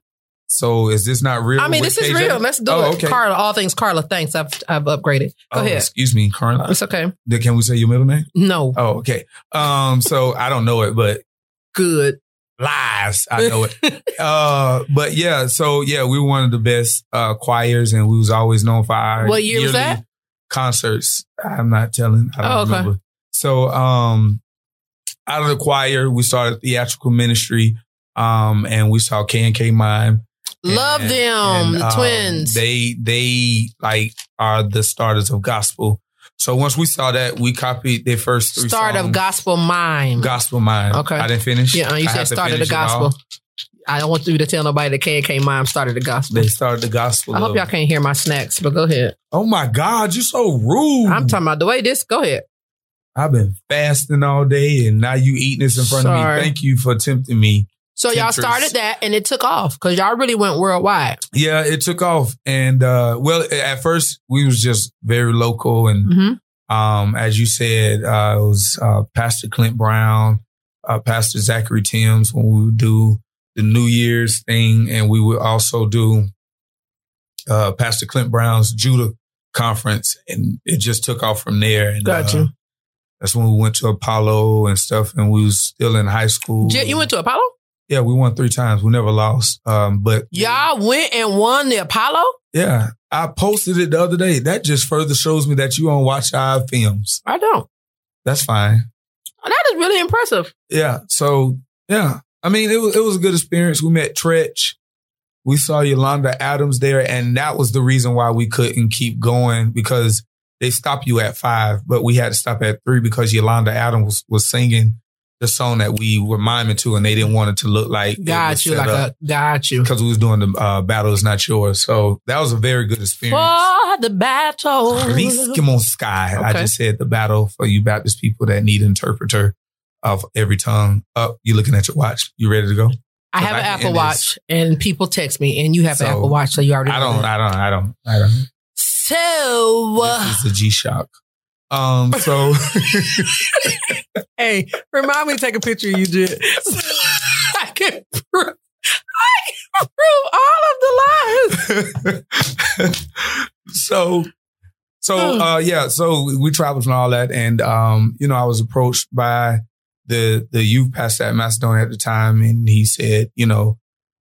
[SPEAKER 4] So is this not real?
[SPEAKER 3] I mean,
[SPEAKER 4] with
[SPEAKER 3] this is
[SPEAKER 4] KJ?
[SPEAKER 3] real. Let's do
[SPEAKER 4] Oh,
[SPEAKER 3] it.
[SPEAKER 4] okay.
[SPEAKER 3] Carla, all things Carla. Thanks. I've I've upgraded. Go
[SPEAKER 4] Oh,
[SPEAKER 3] ahead.
[SPEAKER 4] Excuse me, Carla.
[SPEAKER 3] It's okay.
[SPEAKER 4] Can we say your middle name?
[SPEAKER 3] No
[SPEAKER 4] Oh, okay. Um, so I don't know it, but
[SPEAKER 3] good.
[SPEAKER 4] lies, I know it. Uh, but yeah, so yeah, we were one of the best uh choirs, and we was always known for our
[SPEAKER 3] What year was
[SPEAKER 4] yearly
[SPEAKER 3] that?
[SPEAKER 4] Concerts. I'm not telling. I don't
[SPEAKER 3] Oh, okay.
[SPEAKER 4] remember. So um, out of the choir, we started theatrical ministry. Um, and we saw K and K Mime.
[SPEAKER 3] Love
[SPEAKER 4] And-
[SPEAKER 3] them,
[SPEAKER 4] and,
[SPEAKER 3] the
[SPEAKER 4] um,
[SPEAKER 3] twins.
[SPEAKER 4] They they like are the starters of gospel. So once we saw that, we copied their first three
[SPEAKER 3] Start of
[SPEAKER 4] songs.
[SPEAKER 3] gospel mime.
[SPEAKER 4] Gospel mine.
[SPEAKER 3] Okay.
[SPEAKER 4] I didn't finish.
[SPEAKER 3] Yeah, uh, you
[SPEAKER 4] I
[SPEAKER 3] said
[SPEAKER 4] have to
[SPEAKER 3] started the
[SPEAKER 4] finish it all.
[SPEAKER 3] gospel. I don't want you to tell nobody that KK mime started the gospel.
[SPEAKER 4] They started the gospel.
[SPEAKER 3] I hope
[SPEAKER 4] of-
[SPEAKER 3] y'all can't hear my snacks, but go ahead.
[SPEAKER 4] Oh my God, you're so rude.
[SPEAKER 3] I'm talking about the way this. Go ahead.
[SPEAKER 4] I've been fasting all day and now you eating this in front of
[SPEAKER 3] Sorry.
[SPEAKER 4] me. Thank you for tempting me.
[SPEAKER 3] So y'all
[SPEAKER 4] Temptress.
[SPEAKER 3] started that and it took off because y'all really went worldwide.
[SPEAKER 4] Yeah, it took off. And uh well at first we was just very local and
[SPEAKER 3] Mm-hmm.
[SPEAKER 4] Um, as you said, uh, it was uh, Pastor Clint Brown, uh, Pastor Zachary Timms when we would do the New Year's thing, and we would also do uh, Pastor Clint Brown's Judah conference, and it just took off from there. And,
[SPEAKER 3] Gotcha.
[SPEAKER 4] uh, that's when we went to Apollo and stuff, and we was still in high school.
[SPEAKER 3] You went to Apollo?
[SPEAKER 4] yeah, we won three times. We never lost. Um, but
[SPEAKER 3] Y'all went and won the Apollo?
[SPEAKER 4] yeah, I posted it the other day. That just further shows me that you don't watch our films.
[SPEAKER 3] I don't.
[SPEAKER 4] That's fine.
[SPEAKER 3] That is really impressive.
[SPEAKER 4] yeah. So yeah, I mean, it was it was a good experience. We met Tretch. We saw Yolanda Adams there, and that was the reason why we couldn't keep going because they stop you at five, but we had to stop at three because Yolanda Adams was, was singing the song that we were miming to, and they didn't want it to look like
[SPEAKER 3] Got you, like a got you.
[SPEAKER 4] because we was doing the uh, battle is not yours. So that was a very good experience.
[SPEAKER 3] For the battle.
[SPEAKER 4] Release Come on Sky. I
[SPEAKER 3] Okay.
[SPEAKER 4] just said the battle for you Baptist people that need interpreter of every tongue. Up, you looking at your watch. You ready to go?
[SPEAKER 3] I have
[SPEAKER 4] I
[SPEAKER 3] an
[SPEAKER 4] can
[SPEAKER 3] Apple
[SPEAKER 4] end
[SPEAKER 3] Watch, and people text me, and you have
[SPEAKER 4] So,
[SPEAKER 3] an Apple Watch, so you already.
[SPEAKER 4] I
[SPEAKER 3] know
[SPEAKER 4] don't,
[SPEAKER 3] that.
[SPEAKER 4] I don't, I don't, I don't.
[SPEAKER 3] So
[SPEAKER 4] This is the G Shock. Um, so
[SPEAKER 3] hey, remind me to take a picture of you, Jit. I can prove, I can prove all of the lies.
[SPEAKER 4] so so
[SPEAKER 3] Hmm.
[SPEAKER 4] uh yeah so we traveled and all that and um you know i was approached by the the youth pastor at macedonia at the time and he said you know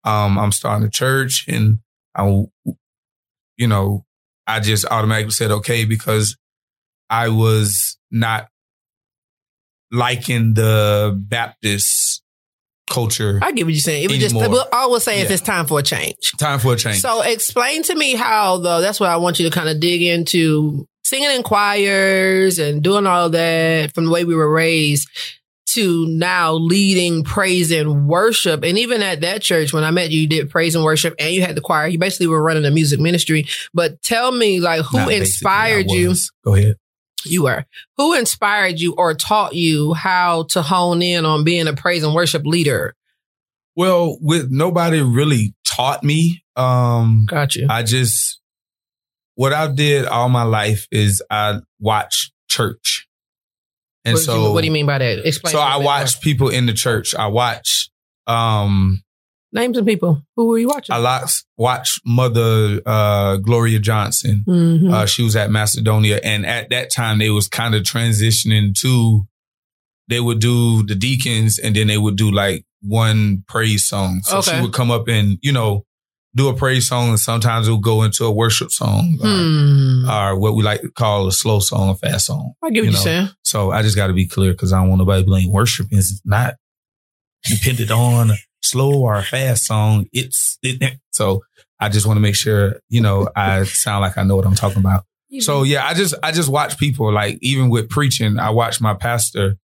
[SPEAKER 4] um i'm starting a church and i you know i just automatically said okay because i was not liking the baptist culture
[SPEAKER 3] I get what you're saying. It was just
[SPEAKER 4] Anymore.
[SPEAKER 3] we'll always say if
[SPEAKER 4] Yeah.
[SPEAKER 3] it's time for a change.
[SPEAKER 4] time for a change
[SPEAKER 3] So explain to me how though. That's what I want you to kind of dig into singing in choirs and doing all that from the way we were raised to now leading praise and worship. And even at that church, when I met you, you did praise and worship and you had the choir. You basically were running a music ministry. But tell me, like, who
[SPEAKER 4] Not basically, I
[SPEAKER 3] inspired you?
[SPEAKER 4] was. go ahead
[SPEAKER 3] You were. Who inspired you or taught you how to hone in on being a praise and worship leader?
[SPEAKER 4] Well, with nobody really taught me. Um,
[SPEAKER 3] Got you.
[SPEAKER 4] I just what I did all my life is I watched church, and
[SPEAKER 3] what, do
[SPEAKER 4] so
[SPEAKER 3] you, what do you mean by that? Explain.
[SPEAKER 4] So
[SPEAKER 3] a little
[SPEAKER 4] I
[SPEAKER 3] bit more.
[SPEAKER 4] watched people in the church. I watched um,
[SPEAKER 3] Name some people. Who were you watching?
[SPEAKER 4] I lots- watched Mother uh, Gloria Johnson.
[SPEAKER 3] Mhm.
[SPEAKER 4] Uh, she was at Macedonia, and at that time they was kind of transitioning to. They would do the deacons, and then they would do like one praise song. So
[SPEAKER 3] Okay.
[SPEAKER 4] she would come up and you know do a praise song, and sometimes it would go into a worship song
[SPEAKER 3] Hmm.
[SPEAKER 4] or, or what we like to call a slow song, a fast song.
[SPEAKER 3] I get what
[SPEAKER 4] uh, you
[SPEAKER 3] you are
[SPEAKER 4] know,
[SPEAKER 3] saying.
[SPEAKER 4] So I just got to be clear because I don't want nobody to blame worship is not dependent on a slow or a fast song. It's it, so I just want to make sure you know I sound like I know what I'm talking about. So yeah, I just I just watch people like even with preaching, I watched my pastor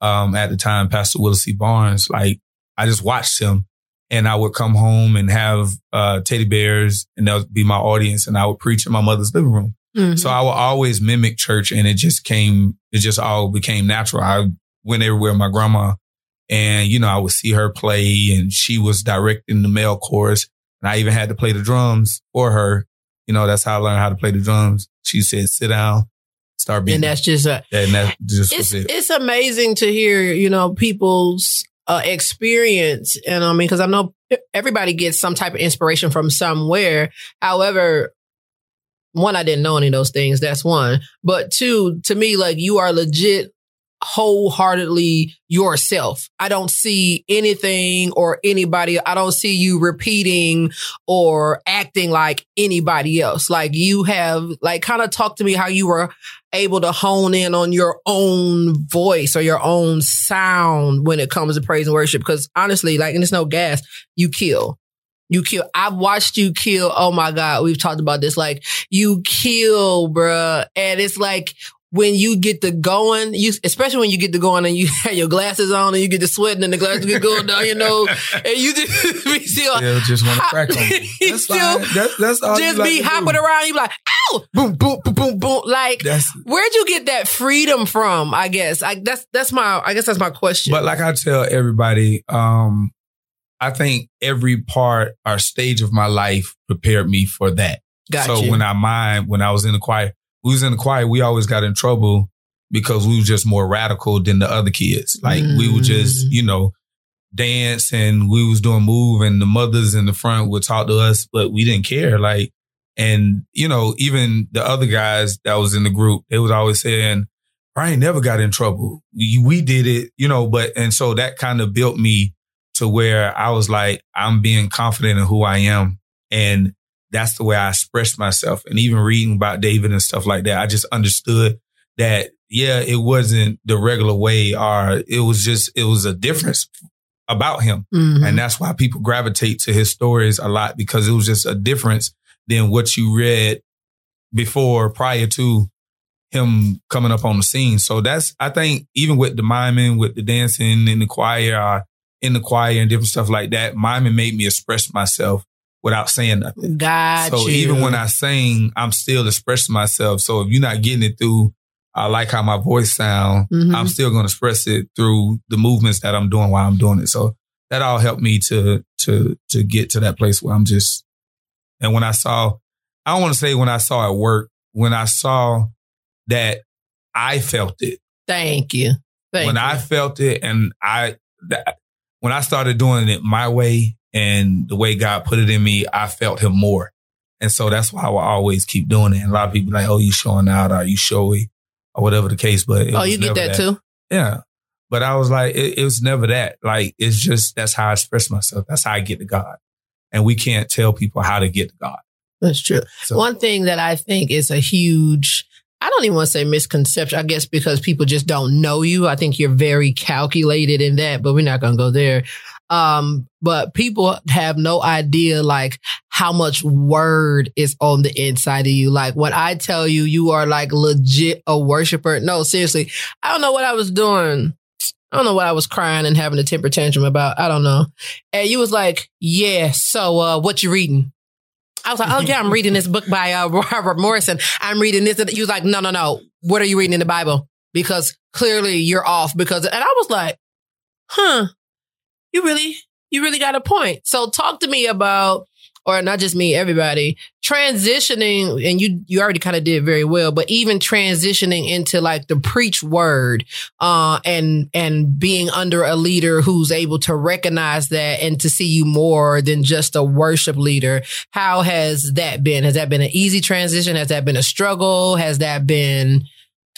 [SPEAKER 4] um at the time, Pastor Willis C. E. Barnes, like I just watched him and I would come home and have uh, teddy bears and that would be my audience and I would preach in my mother's living room.
[SPEAKER 3] Mm-hmm.
[SPEAKER 4] So I will always mimic church and it just came, it just all became natural. I went everywhere with my grandma and, you know, I would see her play and she was directing the male chorus and I even had to play the drums for her. You know, that's how I learned how to play the drums. She said, sit down, start beating.
[SPEAKER 3] and that's just a,
[SPEAKER 4] and that just
[SPEAKER 3] it's
[SPEAKER 4] was it.
[SPEAKER 3] it's amazing to hear you know people's uh, experience and I mean because I know everybody gets some type of inspiration from somewhere. However, one I didn't know any of those things. That's one, but two to me like you are legit wholeheartedly yourself. I don't see anything or anybody. I don't see you repeating or acting like anybody else. Like you have like kind of talk to me how you were able to hone in on your own voice or your own sound when it comes to praise and worship. Because honestly, like, and it's no gas, you kill. You kill. I've watched you kill. Oh my God. We've talked about this. Like, you kill, bruh. And it's like, when you get to going, you especially when you get to going and you have your glasses on and you get to sweating and the glasses get going down your nose and you just be still
[SPEAKER 4] Still just want to
[SPEAKER 3] hop-
[SPEAKER 4] crack on me.
[SPEAKER 3] You
[SPEAKER 4] That's
[SPEAKER 3] still
[SPEAKER 4] fine. That- that's all you
[SPEAKER 3] just
[SPEAKER 4] like
[SPEAKER 3] be
[SPEAKER 4] to do.
[SPEAKER 3] hopping around. You be like, ow, boom, boom, boom, boom, boom. Like,
[SPEAKER 4] That's
[SPEAKER 3] Where'd you get that freedom from? I guess. I that's that's my I guess that's my question.
[SPEAKER 4] But like I tell everybody, um, I think every part or stage of my life prepared me for that.
[SPEAKER 3] Got
[SPEAKER 4] so
[SPEAKER 3] you.
[SPEAKER 4] when I mind, when I was in the choir, we was in the choir, we always got in trouble because we were just more radical than the other kids. Like we would just,
[SPEAKER 3] Mm.
[SPEAKER 4] you know, dance and we was doing move and the mothers in the front would talk to us, but we didn't care. Like, and you know, even the other guys that was in the group, they was always saying, Brian never got in trouble. We, we did it, you know, but, and so that kind of built me to where I was like, I'm being confident in who I am. And that's the way I expressed myself. And even reading about David and stuff like that, I just understood that, yeah, it wasn't the regular way or it was just, it was a difference about him.
[SPEAKER 3] Mhm.
[SPEAKER 4] And that's why people gravitate to his stories a lot because it was just a difference than what you read before prior to him coming up on the scene. So that's, I think, even with the miming, with the dancing in the choir, or in the choir and different stuff like that, miming made me express myself without saying nothing.
[SPEAKER 3] Got
[SPEAKER 4] So
[SPEAKER 3] you.
[SPEAKER 4] even when I sing, I'm still expressing myself. So if you're not getting it through, I like how my voice sound.
[SPEAKER 3] Mhm.
[SPEAKER 4] I'm still going to express it through the movements that I'm doing while I'm doing it. So that all helped me to to to get to that place where I'm just. And when I saw, I don't want to say when I saw it work. When I saw that, I felt it.
[SPEAKER 3] thank you. Thank
[SPEAKER 4] when
[SPEAKER 3] you.
[SPEAKER 4] I felt it, and I that, when I started doing it my way and the way God put it in me, I felt Him more. And so that's why I will always keep doing it. And a lot of people like, oh, you showing out, or you showy, or whatever the case. But it
[SPEAKER 3] oh,
[SPEAKER 4] was
[SPEAKER 3] you get
[SPEAKER 4] never
[SPEAKER 3] that, too.
[SPEAKER 4] yeah. But I was like, it, it was never that. Like, it's just that's how I express myself. That's how I get to God. And we can't tell people how to get to God.
[SPEAKER 3] That's true.
[SPEAKER 4] So
[SPEAKER 3] One thing that I think is a huge, I don't even want to say misconception, I guess because people just don't know you. I think you're very calculated in that, but we're not going to go there. Um, but people have no idea like how much word is on the inside of you. Like when I tell you, you are like legit a worshiper. No, seriously, I don't know what I was doing. I don't know what I was crying and having a temper tantrum about. I don't know. And you was like, yeah, so uh, what you reading? I was like, oh yeah, I'm reading this book by uh, Robert Morrison. I'm reading this. And he was like, no, no, no. What are you reading in the Bible? Because clearly you're off. Because and I was like, huh, you really, you really got a point. So talk to me about, or not just me, everybody transitioning, and you you already kind of did very well, but even transitioning into like the preach word, uh, and and being under a leader who's able to recognize that and to see you more than just a worship leader how has that been? Has that been an easy transition? Has that been a struggle? Has that been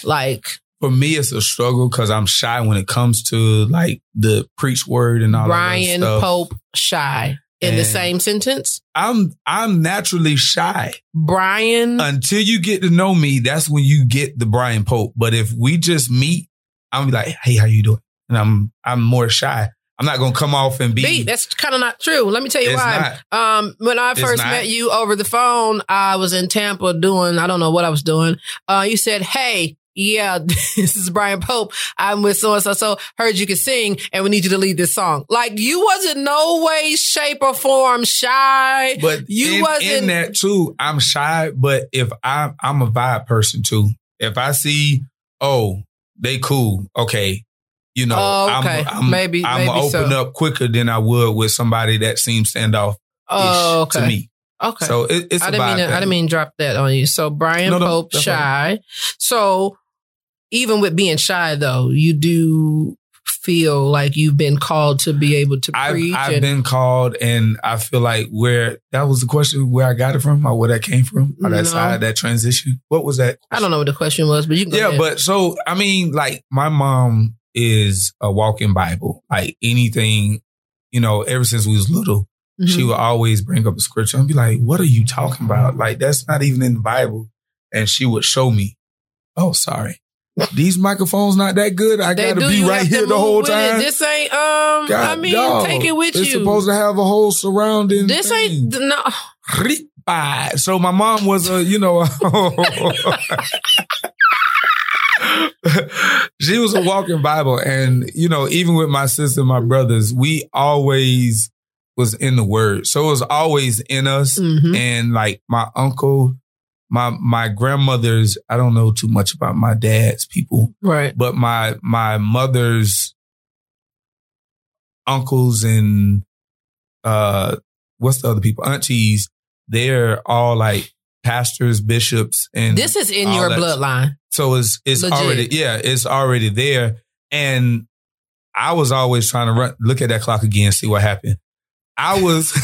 [SPEAKER 3] like
[SPEAKER 4] for me, it's a struggle because I'm shy when it comes to like the preach word and all
[SPEAKER 3] Brian
[SPEAKER 4] that stuff.
[SPEAKER 3] Pope shy in the
[SPEAKER 4] And-
[SPEAKER 3] same sentence?
[SPEAKER 4] I'm I'm naturally shy.
[SPEAKER 3] Brian,
[SPEAKER 4] Until you get to know me, that's when you get the Brian Pope. But if we just meet, I'm like, hey, how you doing? And I'm I'm more shy. I'm not gonna come off and be.
[SPEAKER 3] B, that's kind of not true. Let me tell you
[SPEAKER 4] It's
[SPEAKER 3] why.
[SPEAKER 4] not.
[SPEAKER 3] Um, when I
[SPEAKER 4] It's
[SPEAKER 3] first
[SPEAKER 4] not.
[SPEAKER 3] met you over the phone, I was in Tampa doing, I don't know what I was doing. Uh, you said, Hey, yeah, this is Brian Pope. I'm with so and so. So heard you can sing, and we need you to lead this song. Like you wasn't no way, shape or form shy.
[SPEAKER 4] But
[SPEAKER 3] You
[SPEAKER 4] in,
[SPEAKER 3] wasn't-
[SPEAKER 4] in that too. I'm shy, but if I'm I'm a vibe person too. If I see, oh, they cool, okay, you know,
[SPEAKER 3] Oh, okay.
[SPEAKER 4] I'm, I'm
[SPEAKER 3] Maybe-
[SPEAKER 4] I'm
[SPEAKER 3] maybe so.
[SPEAKER 4] open up quicker than I would with somebody that seems standoffish
[SPEAKER 3] Oh, okay.
[SPEAKER 4] to me.
[SPEAKER 3] Okay.
[SPEAKER 4] So it, it's
[SPEAKER 3] I
[SPEAKER 4] a
[SPEAKER 3] didn't mean
[SPEAKER 4] vibe
[SPEAKER 3] to, I
[SPEAKER 4] thing.
[SPEAKER 3] didn't mean to drop that on you. So Brian
[SPEAKER 4] No, no,
[SPEAKER 3] Pope
[SPEAKER 4] that's
[SPEAKER 3] shy. So even with being shy though, you do feel like you've been called to be able to
[SPEAKER 4] I've,
[SPEAKER 3] preach.
[SPEAKER 4] I've
[SPEAKER 3] and,
[SPEAKER 4] been called, and I feel like where that was the question where I got it from, or where that came from, or
[SPEAKER 3] No.
[SPEAKER 4] that side, that transition. What was that?
[SPEAKER 3] I don't know what the question was, but you can go
[SPEAKER 4] Yeah,
[SPEAKER 3] ahead.
[SPEAKER 4] but so I mean, like my mom is a walking Bible. Like anything, you know, ever since we was little,
[SPEAKER 3] Mhm.
[SPEAKER 4] she would always bring up a scripture and be like, "What are you talking about? Like that's not even in the Bible." And she would show me. Oh, sorry, these microphones not that good. I
[SPEAKER 3] They
[SPEAKER 4] got to
[SPEAKER 3] do,
[SPEAKER 4] be
[SPEAKER 3] you
[SPEAKER 4] right
[SPEAKER 3] have to
[SPEAKER 4] here the
[SPEAKER 3] move
[SPEAKER 4] whole
[SPEAKER 3] with it.
[SPEAKER 4] time.
[SPEAKER 3] This ain't um I
[SPEAKER 4] God,
[SPEAKER 3] mean,
[SPEAKER 4] dog,
[SPEAKER 3] take it with
[SPEAKER 4] it's
[SPEAKER 3] you.
[SPEAKER 4] supposed to have a whole surrounding.
[SPEAKER 3] this
[SPEAKER 4] thing.
[SPEAKER 3] ain't no
[SPEAKER 4] Ripa. So my mom was a, you know, she was a walking Bible, and you know, even with my sister, my brothers, we always was in the Word, so it was always in us.
[SPEAKER 3] Mhm.
[SPEAKER 4] And like my uncle, my my grandmother's, I don't know too much about my dad's people,
[SPEAKER 3] right.
[SPEAKER 4] but my my mother's uncles and uh what's the other people aunties they're all like pastors bishops and
[SPEAKER 3] This is in
[SPEAKER 4] all
[SPEAKER 3] your
[SPEAKER 4] that-
[SPEAKER 3] bloodline.
[SPEAKER 4] so it's it's
[SPEAKER 3] Legit.
[SPEAKER 4] already yeah it's already there and i was always trying to run look at that clock again see what happened i was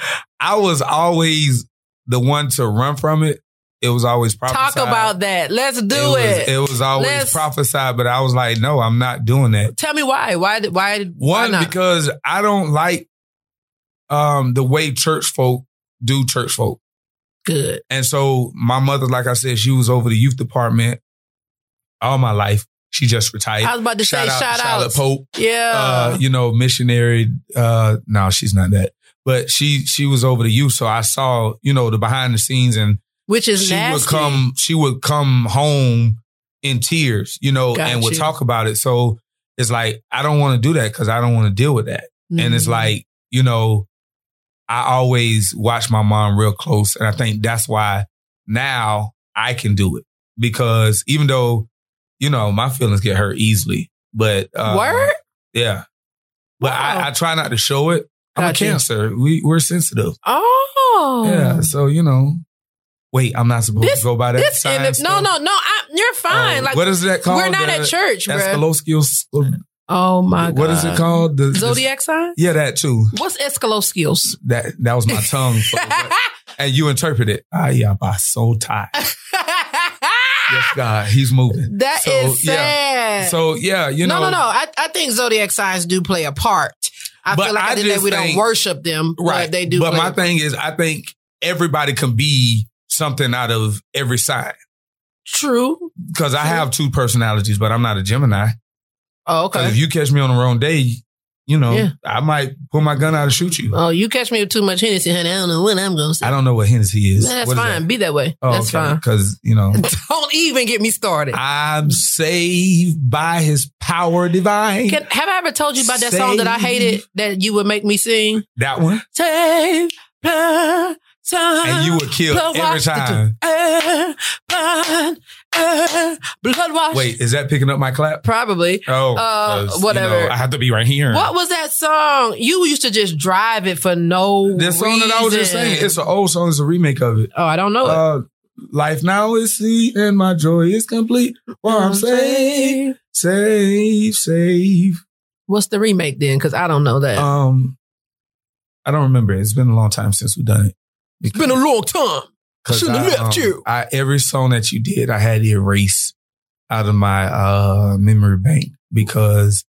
[SPEAKER 4] i was always the one to run from it it was always
[SPEAKER 3] Talk
[SPEAKER 4] prophesied
[SPEAKER 3] about that. Let's do
[SPEAKER 4] was-
[SPEAKER 3] it.
[SPEAKER 4] it was always
[SPEAKER 3] Let's-
[SPEAKER 4] prophesied, but I was like, no, I'm not doing that.
[SPEAKER 3] Tell me why. Why did why did why
[SPEAKER 4] One,
[SPEAKER 3] not?
[SPEAKER 4] because I don't like um, the way church folk do church folk.
[SPEAKER 3] good.
[SPEAKER 4] And so my mother, like I said, she was over the youth department all my life. She just retired.
[SPEAKER 3] I was about to say shout
[SPEAKER 4] Charlotte
[SPEAKER 3] out.
[SPEAKER 4] Pope,
[SPEAKER 3] Yeah.
[SPEAKER 4] uh, you know, missionary. Uh, no, she's not that. But she she was over the youth, so I saw you know the behind the scenes, and
[SPEAKER 3] which is
[SPEAKER 4] she
[SPEAKER 3] nasty.
[SPEAKER 4] would come she would come home in tears you know
[SPEAKER 3] Got
[SPEAKER 4] and would
[SPEAKER 3] you.
[SPEAKER 4] talk about it so it's like i don't want to do that because i don't want to deal with that and it's
[SPEAKER 3] Mhm.
[SPEAKER 4] like you know i always watch my mom real close and i think that's why now i can do it because even though you know my feelings get hurt easily but uh,
[SPEAKER 3] word.
[SPEAKER 4] yeah but
[SPEAKER 3] Wow.
[SPEAKER 4] I, I try not to show it i'm
[SPEAKER 3] Got
[SPEAKER 4] a
[SPEAKER 3] you.
[SPEAKER 4] cancer we, we're sensitive
[SPEAKER 3] Oh,
[SPEAKER 4] yeah, so you know, wait, I'm not supposed
[SPEAKER 3] This-
[SPEAKER 4] to go by that.
[SPEAKER 3] This
[SPEAKER 4] sign
[SPEAKER 3] in the, no,
[SPEAKER 4] stuff?
[SPEAKER 3] no, no. I, you're fine.
[SPEAKER 4] Oh,
[SPEAKER 3] like
[SPEAKER 4] what is that called?
[SPEAKER 3] we're not
[SPEAKER 4] The
[SPEAKER 3] at church, bro.
[SPEAKER 4] Escaloskios.
[SPEAKER 3] Oh my god.
[SPEAKER 4] What is it called? The, the-
[SPEAKER 3] Zodiac sign.
[SPEAKER 4] yeah, that too.
[SPEAKER 3] What's Escaloskios?
[SPEAKER 4] That that was my tongue, for- and you interpret it. Ah, yeah, by so tight. Yes, God, he's moving.
[SPEAKER 3] That is
[SPEAKER 4] So, yeah.
[SPEAKER 3] sad.
[SPEAKER 4] So yeah, you know,
[SPEAKER 3] no, no, no. I, I think zodiac signs do play a part. I
[SPEAKER 4] But
[SPEAKER 3] feel like
[SPEAKER 4] I
[SPEAKER 3] at the end of the day
[SPEAKER 4] just
[SPEAKER 3] we don't
[SPEAKER 4] think-
[SPEAKER 3] worship them,
[SPEAKER 4] right?
[SPEAKER 3] But they do.
[SPEAKER 4] But
[SPEAKER 3] play
[SPEAKER 4] my
[SPEAKER 3] a-
[SPEAKER 4] thing is, I think everybody can be something out of every sign
[SPEAKER 3] true.
[SPEAKER 4] because I have two personalities, but I'm not a Gemini.
[SPEAKER 3] Oh,
[SPEAKER 4] Because
[SPEAKER 3] okay.
[SPEAKER 4] if you catch me on the wrong day, you know,
[SPEAKER 3] Yeah.
[SPEAKER 4] I might pull my gun out and shoot you.
[SPEAKER 3] oh, you catch me with too much Hennessy, honey. I don't know what I'm gonna say.
[SPEAKER 4] I don't know what Hennessy is.
[SPEAKER 3] That's
[SPEAKER 4] What is
[SPEAKER 3] fine.
[SPEAKER 4] that?
[SPEAKER 3] Be that Oh, way. That's fine.
[SPEAKER 4] Because, you know,
[SPEAKER 3] Don't even get me started.
[SPEAKER 4] I'm saved by his power divine.
[SPEAKER 3] Can, have I ever told you about that song that I hated that you would make me sing?
[SPEAKER 4] that one.
[SPEAKER 3] Save the time.
[SPEAKER 4] And you would kill
[SPEAKER 3] blood
[SPEAKER 4] every
[SPEAKER 3] wash Uh-huh. the-
[SPEAKER 4] time.
[SPEAKER 3] Eh, blind, eh, blood wash.
[SPEAKER 4] Wait, is that picking up my clap?
[SPEAKER 3] Probably.
[SPEAKER 4] Oh,
[SPEAKER 3] Uh,
[SPEAKER 4] 'cause,
[SPEAKER 3] whatever.
[SPEAKER 4] You know, I have to be right here.
[SPEAKER 3] What was that song? You used to just drive it for no
[SPEAKER 4] This song that I was just saying,
[SPEAKER 3] reason.
[SPEAKER 4] it's an old song. It's a remake of it.
[SPEAKER 3] oh, I don't know it.
[SPEAKER 4] Uh, Life now is sweet and my joy is complete. For I'm saved, saved, saved.
[SPEAKER 3] What's the remake then? Because I don't know that.
[SPEAKER 4] Um, I don't remember. It's been a long time since we've done it.
[SPEAKER 3] it's been a long time.
[SPEAKER 4] Because
[SPEAKER 3] shouldn't have
[SPEAKER 4] I, um,
[SPEAKER 3] left you.
[SPEAKER 4] I, every song that you did, I had to erase out of my uh, memory bank because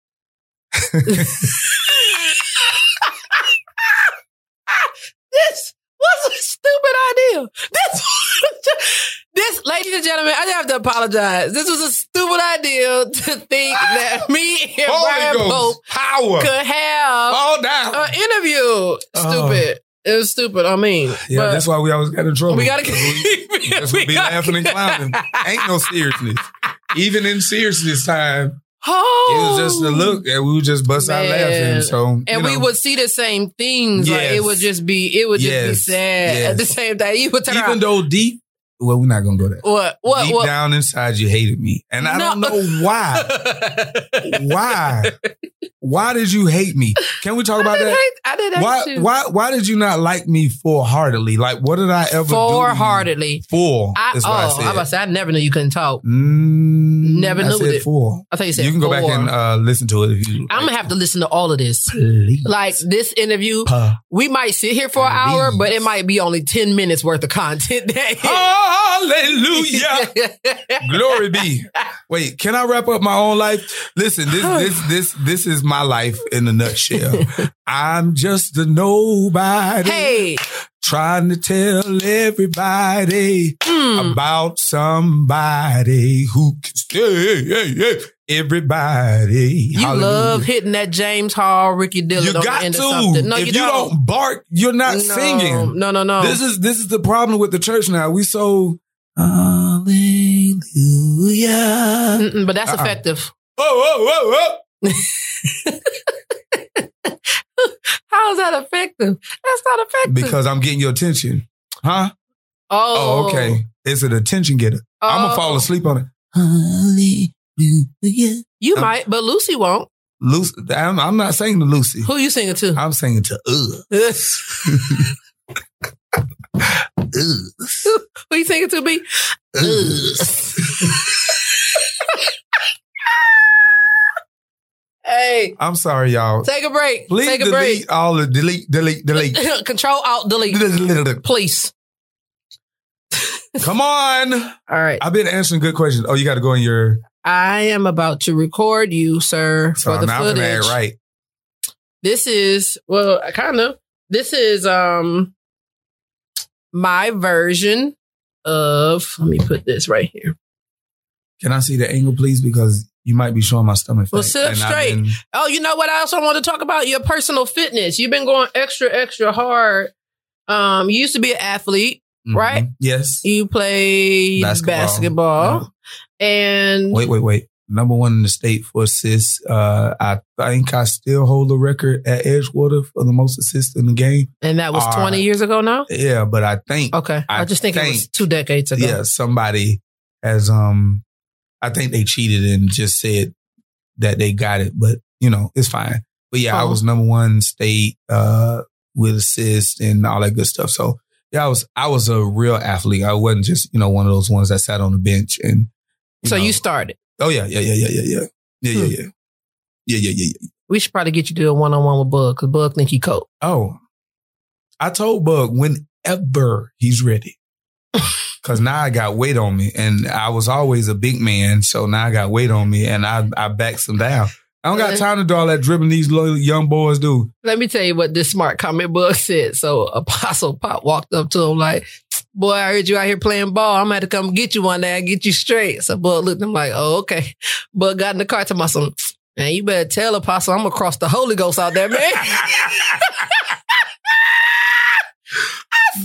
[SPEAKER 3] This was a stupid idea. This, this, ladies and gentlemen, I have to apologize. This was a stupid idea to think
[SPEAKER 4] Ah!
[SPEAKER 3] that me and Brian Pope
[SPEAKER 4] power
[SPEAKER 3] could have
[SPEAKER 4] all down.
[SPEAKER 3] an interview. Stupid. it was stupid. I mean,
[SPEAKER 4] Ah. yeah,
[SPEAKER 3] but
[SPEAKER 4] that's why we always got in trouble.
[SPEAKER 3] we gotta
[SPEAKER 4] Because we-
[SPEAKER 3] keep.
[SPEAKER 4] because we be laughing and clowning. Ain't no seriousness. even in seriousness time, it
[SPEAKER 3] Oh,
[SPEAKER 4] was just the look and we would just bust out
[SPEAKER 3] Man.
[SPEAKER 4] laughing. So you
[SPEAKER 3] And we
[SPEAKER 4] know,
[SPEAKER 3] would see the same things. Like it
[SPEAKER 4] Yes.
[SPEAKER 3] would just be, it would just
[SPEAKER 4] Yes.
[SPEAKER 3] be sad at the
[SPEAKER 4] Yes.
[SPEAKER 3] same time. You would turn
[SPEAKER 4] even
[SPEAKER 3] around.
[SPEAKER 4] though deep well, we're not gonna go there.
[SPEAKER 3] what? What?
[SPEAKER 4] deep
[SPEAKER 3] What?
[SPEAKER 4] down inside you hated me. And I don't
[SPEAKER 3] No.
[SPEAKER 4] know why. why? Why did you hate me? Can we talk
[SPEAKER 3] I
[SPEAKER 4] about
[SPEAKER 3] didn't
[SPEAKER 4] that?
[SPEAKER 3] hate- I did that
[SPEAKER 4] Why
[SPEAKER 3] too.
[SPEAKER 4] why why did you not like me full heartedly? Like what did I ever
[SPEAKER 3] Four
[SPEAKER 4] do?
[SPEAKER 3] heartedly.
[SPEAKER 4] Full
[SPEAKER 3] I,
[SPEAKER 4] is
[SPEAKER 3] oh,
[SPEAKER 4] what I
[SPEAKER 3] I
[SPEAKER 4] said.
[SPEAKER 3] am about to say, I never knew you couldn't talk.
[SPEAKER 4] Mm,
[SPEAKER 3] Never
[SPEAKER 4] I
[SPEAKER 3] knew
[SPEAKER 4] said
[SPEAKER 3] it.
[SPEAKER 4] Four.
[SPEAKER 3] I thought you said
[SPEAKER 4] You can go back
[SPEAKER 3] four.
[SPEAKER 4] and uh, listen to it if you.
[SPEAKER 3] I'm gonna have to listen to all of this.
[SPEAKER 4] Please.
[SPEAKER 3] Like this interview,
[SPEAKER 4] Pa-
[SPEAKER 3] we might sit here for an hour, but it might be only ten minutes worth of content.
[SPEAKER 4] Oh,
[SPEAKER 3] That
[SPEAKER 4] Hallelujah. Glory be. Wait, can I wrap up my own life? Listen, this this this this is my life in a nutshell. I'm just a nobody
[SPEAKER 3] hey,
[SPEAKER 4] trying to tell everybody
[SPEAKER 3] mm,
[SPEAKER 4] about somebody who can stay. Hey, hey, everybody.
[SPEAKER 3] you love hitting that James Hall, Ricky Dillon
[SPEAKER 4] you
[SPEAKER 3] on the
[SPEAKER 4] got
[SPEAKER 3] end
[SPEAKER 4] to.
[SPEAKER 3] of something. No,
[SPEAKER 4] if
[SPEAKER 3] you don't.
[SPEAKER 4] bark, you're not singing.
[SPEAKER 3] No, no, no.
[SPEAKER 4] This is this is the problem with the church now. We so hallelujah.
[SPEAKER 3] Mm-mm, but that's
[SPEAKER 4] Uh-uh.
[SPEAKER 3] effective.
[SPEAKER 4] Oh, oh, oh,
[SPEAKER 3] How is that effective? That's not
[SPEAKER 4] oh.
[SPEAKER 3] effective.
[SPEAKER 4] Because I'm getting your attention. Huh?
[SPEAKER 3] oh,
[SPEAKER 4] Oh, okay. It's an attention getter. I'm
[SPEAKER 3] Oh.
[SPEAKER 4] gonna fall asleep on it. Hallelujah.
[SPEAKER 3] You
[SPEAKER 4] Um,
[SPEAKER 3] might, but Lucy won't.
[SPEAKER 4] Lucy, I'm, I'm not singing to Lucy.
[SPEAKER 3] Who you singing to?
[SPEAKER 4] I'm singing to uh. uh,
[SPEAKER 3] Who you singing to? Be
[SPEAKER 4] uh.
[SPEAKER 3] hey,
[SPEAKER 4] I'm sorry, y'all.
[SPEAKER 3] take a break.
[SPEAKER 4] Please
[SPEAKER 3] take a break.
[SPEAKER 4] delete all the delete, delete, delete.
[SPEAKER 3] Control Alt Delete, please.
[SPEAKER 4] Come on.
[SPEAKER 3] All right,
[SPEAKER 4] I've been answering good questions. Oh, you got to go in your.
[SPEAKER 3] I am about to record you, sir,
[SPEAKER 4] So
[SPEAKER 3] for the
[SPEAKER 4] now I'm
[SPEAKER 3] footage.
[SPEAKER 4] gonna add right.
[SPEAKER 3] This is well, kind of. This is um my version of. Let me put this right here.
[SPEAKER 4] Can I see the angle, please? Because you might be showing my stomach.
[SPEAKER 3] Well,
[SPEAKER 4] fat.
[SPEAKER 3] sit up
[SPEAKER 4] And I've
[SPEAKER 3] straight.
[SPEAKER 4] been- mm-hmm.
[SPEAKER 3] Oh, you know what? I also want to talk about your personal fitness. You've been going extra, extra hard. Um, you used to be an athlete.
[SPEAKER 4] Mhm.
[SPEAKER 3] Right?
[SPEAKER 4] Yes.
[SPEAKER 3] You played basketball,
[SPEAKER 4] Basketball.
[SPEAKER 3] and
[SPEAKER 4] Wait, wait, wait. Number one in the state for assists. Uh, I think I still hold the record at Edgewater for the most assists in the game.
[SPEAKER 3] and that was
[SPEAKER 4] All
[SPEAKER 3] twenty
[SPEAKER 4] right.
[SPEAKER 3] years ago now.
[SPEAKER 4] Yeah, but I think
[SPEAKER 3] Okay, I,
[SPEAKER 4] uh, I
[SPEAKER 3] just think, it was
[SPEAKER 4] think-
[SPEAKER 3] two decades ago.
[SPEAKER 4] yeah, somebody has um I think they cheated and just said that they got it, but you know, it's fine. But yeah, I
[SPEAKER 3] Oh.
[SPEAKER 4] was number one state uh with assists and all that good stuff. So yeah, I was I was a real athlete. I wasn't just, you know, one of those ones that sat on the bench and
[SPEAKER 3] so
[SPEAKER 4] know.
[SPEAKER 3] you Hmm. started.
[SPEAKER 4] Oh yeah, yeah, yeah, yeah, yeah, yeah. Yeah, yeah, yeah. Yeah, yeah, yeah, yeah.
[SPEAKER 3] We should probably get you to do a one on one with Bug because Bug think he cold.
[SPEAKER 4] Oh. I told Bug whenever he's ready. Cause now I got weight on me, and I was always a big man, so now I got weight on me, and I I back some down. I
[SPEAKER 3] Uh-huh.
[SPEAKER 4] don't got time to do all that dribbling these little young boys do.
[SPEAKER 3] Let me tell you what this smart comic book said. So Apostle Pop walked up to him like, "Boy, I heard you out here playing ball. I'm gonna have to come get you one day and get you straight." So Bud looked at him like, "Oh, okay." Bud got in the car to my son. Man, you better tell Apostle I'm gonna cross the Holy Ghost out there, man.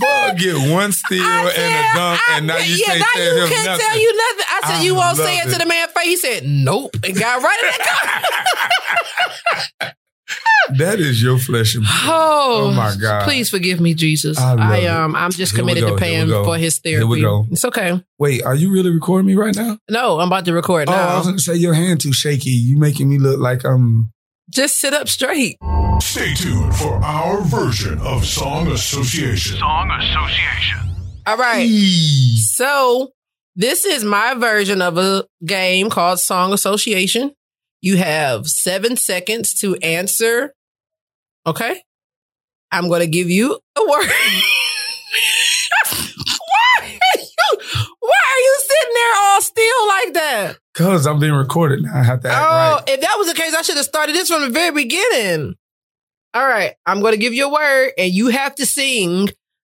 [SPEAKER 4] Bug get one steal
[SPEAKER 3] I said,
[SPEAKER 4] and a dunk,
[SPEAKER 3] I-
[SPEAKER 4] and now you
[SPEAKER 3] yeah,
[SPEAKER 4] can't
[SPEAKER 3] now
[SPEAKER 4] tell
[SPEAKER 3] you
[SPEAKER 4] him
[SPEAKER 3] can't
[SPEAKER 4] nothing.
[SPEAKER 3] tell you nothing. I said
[SPEAKER 4] I
[SPEAKER 3] you won't say
[SPEAKER 4] love
[SPEAKER 3] it to
[SPEAKER 4] it.
[SPEAKER 3] the man face. He said, "Nope," and got right in that car.
[SPEAKER 4] that is your flesh and blood.
[SPEAKER 3] Oh,
[SPEAKER 4] Oh, my God.
[SPEAKER 3] Please forgive me, Jesus.
[SPEAKER 4] I love
[SPEAKER 3] I,
[SPEAKER 4] it.
[SPEAKER 3] um, I'm just
[SPEAKER 4] Here we
[SPEAKER 3] committed
[SPEAKER 4] go,
[SPEAKER 3] to
[SPEAKER 4] here we
[SPEAKER 3] paying
[SPEAKER 4] go.
[SPEAKER 3] for his
[SPEAKER 4] Here
[SPEAKER 3] therapy.
[SPEAKER 4] we go.
[SPEAKER 3] It's okay.
[SPEAKER 4] Wait, are you really recording me right now?
[SPEAKER 3] No, I'm about to record
[SPEAKER 4] Oh, I
[SPEAKER 3] now.
[SPEAKER 4] was gonna say your hand too shaky. You making me look like I'm.
[SPEAKER 3] Just sit up straight.
[SPEAKER 2] Stay tuned for our version of Song Association.
[SPEAKER 1] Song Association.
[SPEAKER 3] All right.
[SPEAKER 4] Eee.
[SPEAKER 3] So this is my version of a game called Song Association. You have seven seconds to answer. Okay. I'm going to give you a word. why, are you, why are you sitting there all still like that?
[SPEAKER 4] Cause I'm being recorded now. I have to act
[SPEAKER 3] Oh,
[SPEAKER 4] right.
[SPEAKER 3] if that was the case, I should have started this from the very beginning. All right, I'm going to give you a word, and you have to sing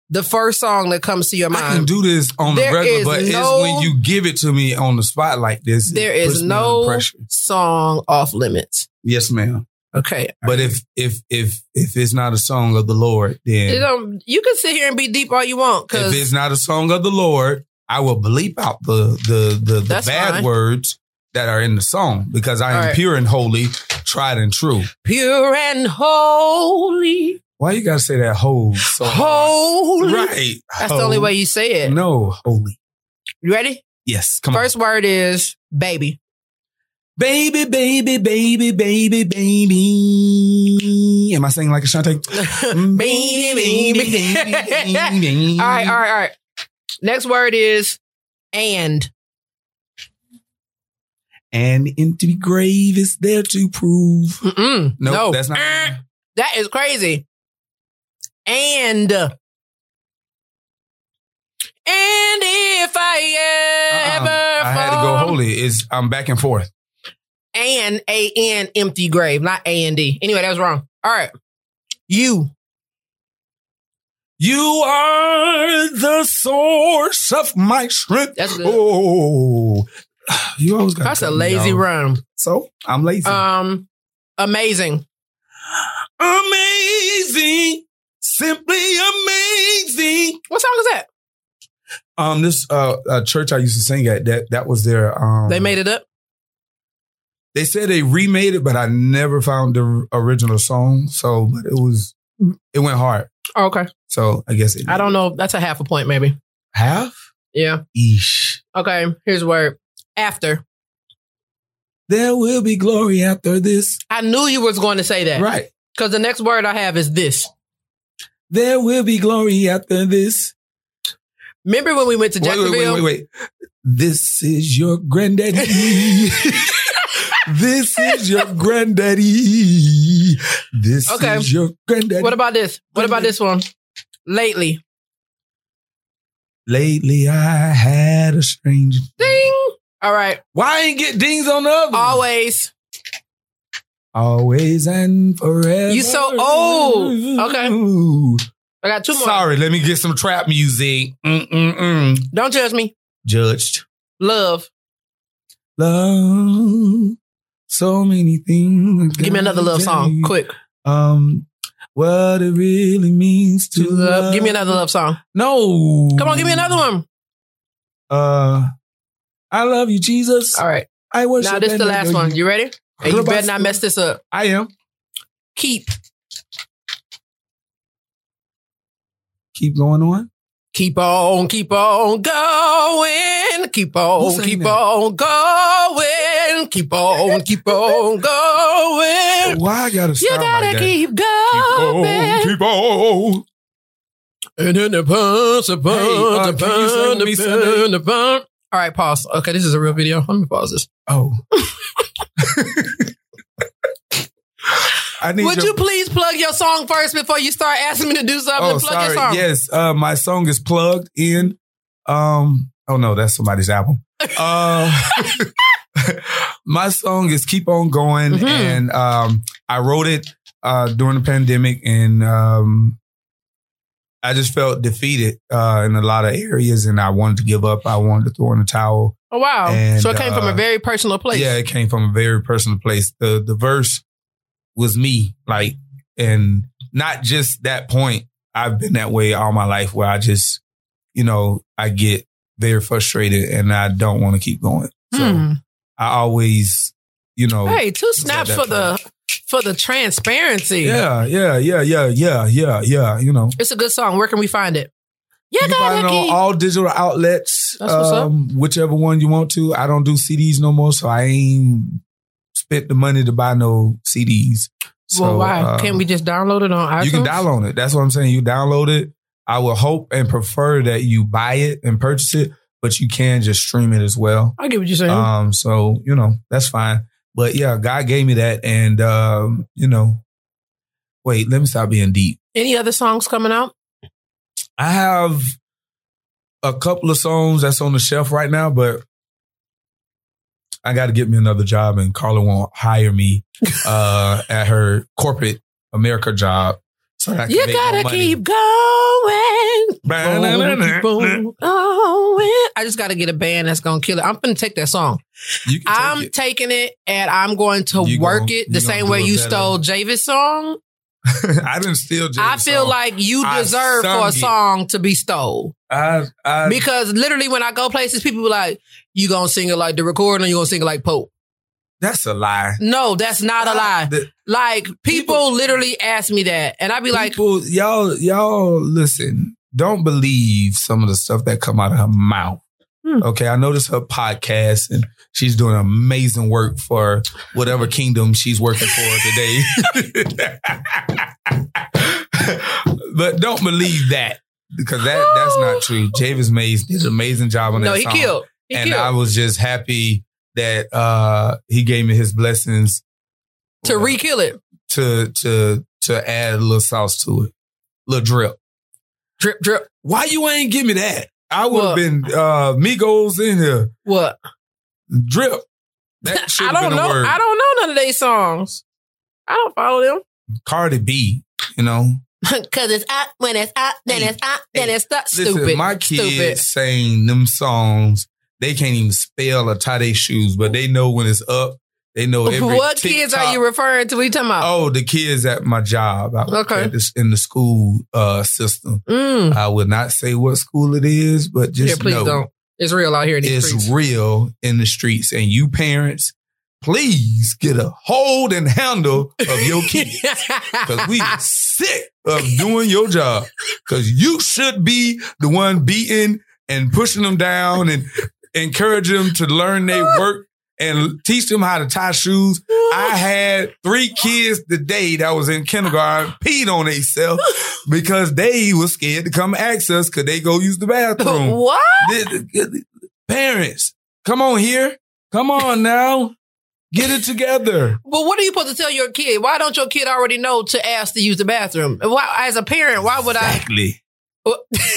[SPEAKER 3] the first song that comes to your
[SPEAKER 4] I can
[SPEAKER 3] mind.
[SPEAKER 4] do this on the
[SPEAKER 3] There is
[SPEAKER 4] regular, but
[SPEAKER 3] no-
[SPEAKER 4] it's when you give it to me on the spot like this. it
[SPEAKER 3] There
[SPEAKER 4] puts
[SPEAKER 3] is
[SPEAKER 4] me under
[SPEAKER 3] no
[SPEAKER 4] pressure.
[SPEAKER 3] song off limits.
[SPEAKER 4] Yes, ma'am.
[SPEAKER 3] Okay,
[SPEAKER 4] But if if if if it's not a song of the Lord,
[SPEAKER 3] You
[SPEAKER 4] then
[SPEAKER 3] know, you can sit here and be deep all you want
[SPEAKER 4] if
[SPEAKER 3] because
[SPEAKER 4] it's not a song of the Lord, I will bleep out the the the, the
[SPEAKER 3] That's
[SPEAKER 4] bad
[SPEAKER 3] fine.
[SPEAKER 4] words that are in the song because I am
[SPEAKER 3] All right.
[SPEAKER 4] pure and holy, tried and true.
[SPEAKER 3] Pure and holy.
[SPEAKER 4] Why you gotta say that whole? So hard?
[SPEAKER 3] Holy.
[SPEAKER 4] Oh, right?
[SPEAKER 3] That's the only
[SPEAKER 4] Ho-
[SPEAKER 3] way you say it.
[SPEAKER 4] No, holy.
[SPEAKER 3] You ready?
[SPEAKER 4] Yes, come
[SPEAKER 3] First word is baby.
[SPEAKER 4] on, baby, baby, baby, baby, baby. Am I singing like a Mm, Shante?
[SPEAKER 3] baby, All right, all right, all right. Next word is and.
[SPEAKER 4] And into the grave is there to prove.
[SPEAKER 3] Mm-mm.
[SPEAKER 4] Nope,
[SPEAKER 3] no,
[SPEAKER 4] that's not-
[SPEAKER 3] Eh, that is crazy. And. And if I
[SPEAKER 4] Uh-uh.
[SPEAKER 3] ever
[SPEAKER 4] I had to go
[SPEAKER 3] fall-
[SPEAKER 4] holy. Is I'm back and forth.
[SPEAKER 3] and a n empty grave, not a and d. Anyway, that was wrong. All right, you
[SPEAKER 4] You are the source of my strength.
[SPEAKER 3] That's good.
[SPEAKER 4] Oh, you always got.
[SPEAKER 3] that's a lazy run.
[SPEAKER 4] So I'm lazy.
[SPEAKER 3] Um, amazing.
[SPEAKER 4] amazing, simply amazing.
[SPEAKER 3] What song is that?
[SPEAKER 4] Um, this uh, uh church I used to sing at that that was their um.
[SPEAKER 3] They made it up.
[SPEAKER 4] They said they remade it, but I never found the original song. So, but it was it went hard.
[SPEAKER 3] Oh, okay,
[SPEAKER 4] So I guess it
[SPEAKER 3] I don't know. That's a half a point, maybe.
[SPEAKER 4] have.
[SPEAKER 3] Yeah.
[SPEAKER 4] Eesh.
[SPEAKER 3] Okay. Here's a word. After.
[SPEAKER 4] There will be glory after this.
[SPEAKER 3] I knew you was going to say that
[SPEAKER 4] Right.
[SPEAKER 3] because the next word I have is this.
[SPEAKER 4] There will be glory after this.
[SPEAKER 3] Remember when we went to
[SPEAKER 4] Wait, wait,
[SPEAKER 3] Jacksonville?
[SPEAKER 4] wait, wait, wait. This is your granddaddy. this is your granddaddy. This
[SPEAKER 3] Okay.
[SPEAKER 4] is your granddaddy.
[SPEAKER 3] What about this? What about this one? Lately.
[SPEAKER 4] Lately, I had a strange.
[SPEAKER 3] Ding. All right.
[SPEAKER 4] Why ain't get dings on the other?
[SPEAKER 3] Always.
[SPEAKER 4] Always and forever.
[SPEAKER 3] You so old. Okay. I got two more.
[SPEAKER 4] Sorry, let me get some trap music. Mm-mm-mm.
[SPEAKER 3] Don't judge me.
[SPEAKER 4] Judged.
[SPEAKER 3] Love.
[SPEAKER 4] Love. So many things.
[SPEAKER 3] Give me another love song, quick.
[SPEAKER 4] Um, what it really means to love.
[SPEAKER 3] Give me another love song.
[SPEAKER 4] No.
[SPEAKER 3] Come on, give me another one.
[SPEAKER 4] Uh, I love you, Jesus.
[SPEAKER 3] All right.
[SPEAKER 4] I worship.
[SPEAKER 3] Now this is
[SPEAKER 4] and
[SPEAKER 3] the
[SPEAKER 4] adore
[SPEAKER 3] last
[SPEAKER 4] you.
[SPEAKER 3] one. You ready? And you better not mess this up.
[SPEAKER 4] I am.
[SPEAKER 3] Keep.
[SPEAKER 4] Keep going on.
[SPEAKER 3] Keep on, keep on going. Keep on,
[SPEAKER 4] sang
[SPEAKER 3] keep
[SPEAKER 4] that?
[SPEAKER 3] on going. Keep on, keep on going.
[SPEAKER 4] Why I gotta
[SPEAKER 3] You
[SPEAKER 4] sound
[SPEAKER 3] gotta
[SPEAKER 4] like that?
[SPEAKER 3] Oh, keep
[SPEAKER 4] on,
[SPEAKER 3] going.
[SPEAKER 4] keep on.
[SPEAKER 3] And then the punch, the punch,
[SPEAKER 4] Hey, uh,
[SPEAKER 3] the
[SPEAKER 4] can you sing with me,
[SPEAKER 3] punch, the
[SPEAKER 4] Sunday?
[SPEAKER 3] punch, the punch. All right, pause. Okay, this is a real video. Let me pause this.
[SPEAKER 4] Oh. I need
[SPEAKER 3] Would
[SPEAKER 4] your-
[SPEAKER 3] you please plug your song first before you start asking me to do something?
[SPEAKER 4] Oh,
[SPEAKER 3] plug
[SPEAKER 4] sorry.
[SPEAKER 3] your song.
[SPEAKER 4] Yes, uh, my song is plugged in. Um, oh no, that's somebody's album. Uh, my song is "Keep On Going,"
[SPEAKER 3] Mhm.
[SPEAKER 4] and um, I wrote it uh, during the pandemic, and um, I just felt defeated uh, in a lot of areas, and I wanted to give up. I wanted to throw in the towel.
[SPEAKER 3] Oh wow!
[SPEAKER 4] And,
[SPEAKER 3] so it came from a
[SPEAKER 4] uh,
[SPEAKER 3] very personal place.
[SPEAKER 4] Yeah, it came from a very personal place. The the verse was me, like, and not just that point. I've been that way all my life where I just, you know, I get very frustrated and I don't want to keep going. So
[SPEAKER 3] Hmm.
[SPEAKER 4] I always, you know,
[SPEAKER 3] Hey, two
[SPEAKER 4] that
[SPEAKER 3] snaps
[SPEAKER 4] that
[SPEAKER 3] for the for the transparency.
[SPEAKER 4] yeah, yeah, yeah, yeah, yeah, yeah, yeah, you know.
[SPEAKER 3] It's a good song. Where can we find it? You,
[SPEAKER 4] You can
[SPEAKER 3] gotta
[SPEAKER 4] find it on
[SPEAKER 3] keep-
[SPEAKER 4] all digital outlets,
[SPEAKER 3] That's what's up.
[SPEAKER 4] um, whichever one you want to. I don't do CDs no more, so I ain't spent the money to buy no CDs. So,
[SPEAKER 3] well, why
[SPEAKER 4] um,
[SPEAKER 3] can't we just download it on iTunes?
[SPEAKER 4] You can download it. That's what I'm saying. You download it. I would hope and prefer that you buy it and purchase it, but you can just stream it as well.
[SPEAKER 3] I get what you're saying.
[SPEAKER 4] Um, so you know that's fine. But yeah, God gave me that, and um, you know, wait, let me stop being deep.
[SPEAKER 3] Any other songs coming out?
[SPEAKER 4] I have a couple of songs that's on the shelf right now, but I got to get me another job, and Carla won't hire me uh, at her corporate America job. So that I can
[SPEAKER 3] You
[SPEAKER 4] make more
[SPEAKER 3] gotta
[SPEAKER 4] money.
[SPEAKER 3] keep going. Boom,
[SPEAKER 4] You
[SPEAKER 3] boom, going. I just gotta get a band that's gonna kill it. I'm gonna take that song.
[SPEAKER 4] can take
[SPEAKER 3] I'm
[SPEAKER 4] it.
[SPEAKER 3] taking it and I'm going to
[SPEAKER 4] You
[SPEAKER 3] work
[SPEAKER 4] gonna-
[SPEAKER 3] it
[SPEAKER 4] you
[SPEAKER 3] the
[SPEAKER 4] gonna
[SPEAKER 3] same
[SPEAKER 4] do
[SPEAKER 3] way
[SPEAKER 4] it
[SPEAKER 3] you
[SPEAKER 4] better.
[SPEAKER 3] stole Javis' song.
[SPEAKER 4] I didn't steal. Jay
[SPEAKER 3] I feel like you
[SPEAKER 4] I
[SPEAKER 3] deserve
[SPEAKER 4] sung
[SPEAKER 3] for a
[SPEAKER 4] it.
[SPEAKER 3] song to be stole.
[SPEAKER 4] I, I,
[SPEAKER 3] Because literally, when I go places, people be like, You gonna sing it like the recording or you gonna sing it like Pope?
[SPEAKER 4] That's a lie.
[SPEAKER 3] No, that's not a lie.
[SPEAKER 4] The-
[SPEAKER 3] Like people, literally ask me that, and I be like,
[SPEAKER 4] people, y'all, y'all, listen. Don't believe some of the stuff that come out of her mouth.
[SPEAKER 3] Hmm.
[SPEAKER 4] Okay, I noticed her podcast, and she's doing amazing work for whatever kingdom she's working for today. but don't believe that because that that's not true. Javis Mays did an amazing job on
[SPEAKER 3] "No,
[SPEAKER 4] that
[SPEAKER 3] he
[SPEAKER 4] song
[SPEAKER 3] killed. He
[SPEAKER 4] and
[SPEAKER 3] killed."
[SPEAKER 4] I was just happy that uh he gave me his blessings
[SPEAKER 3] to re-kill it,
[SPEAKER 4] to to to add a little sauce to it, little drip.
[SPEAKER 3] drip, drip.
[SPEAKER 4] Why you ain't give me that? I would
[SPEAKER 3] Well-
[SPEAKER 4] have been uh Migos in here.
[SPEAKER 3] What?
[SPEAKER 4] Drip. That should
[SPEAKER 3] I
[SPEAKER 4] have
[SPEAKER 3] don't
[SPEAKER 4] been
[SPEAKER 3] know.
[SPEAKER 4] a word.
[SPEAKER 3] I don't know none of their songs. I don't follow them.
[SPEAKER 4] Cardi B, you know.
[SPEAKER 3] Cause it's out when it's out, then
[SPEAKER 4] Hey,
[SPEAKER 3] it's out, then
[SPEAKER 4] hey,
[SPEAKER 3] it's not
[SPEAKER 4] Listen,
[SPEAKER 3] stupid.
[SPEAKER 4] my kids
[SPEAKER 3] Stupid.
[SPEAKER 4] saying them songs, they can't even spell or tie their shoes, but they know when it's up. They know every
[SPEAKER 3] What kids
[SPEAKER 4] TikTok-
[SPEAKER 3] are you referring to? We talking about?
[SPEAKER 4] Oh, the kids at my job. I work
[SPEAKER 3] Okay.
[SPEAKER 4] at this- in the school uh, system.
[SPEAKER 3] mm.
[SPEAKER 4] I will not say what school it is, but
[SPEAKER 3] Yeah,
[SPEAKER 4] just
[SPEAKER 3] please
[SPEAKER 4] know
[SPEAKER 3] don't. It's real out here in these
[SPEAKER 4] it's
[SPEAKER 3] streets.
[SPEAKER 4] real in the streets. And you parents, please get a hold and handle of your kids. Cause we sick of doing your job. Cause you should be the one beating and pushing them down and encourage them to learn their work and teach them how to tie shoes. I had three kids today that was in kindergarten peed on themselves because they was scared to come ask us because they go use the bathroom.
[SPEAKER 3] what?
[SPEAKER 4] Th- th- th- Parents, come on here. Come on now. Get it together.
[SPEAKER 3] But what are you supposed to tell your kid? Why don't your kid already know to ask to use the bathroom? Why, as a parent, why would I?
[SPEAKER 4] Exactly.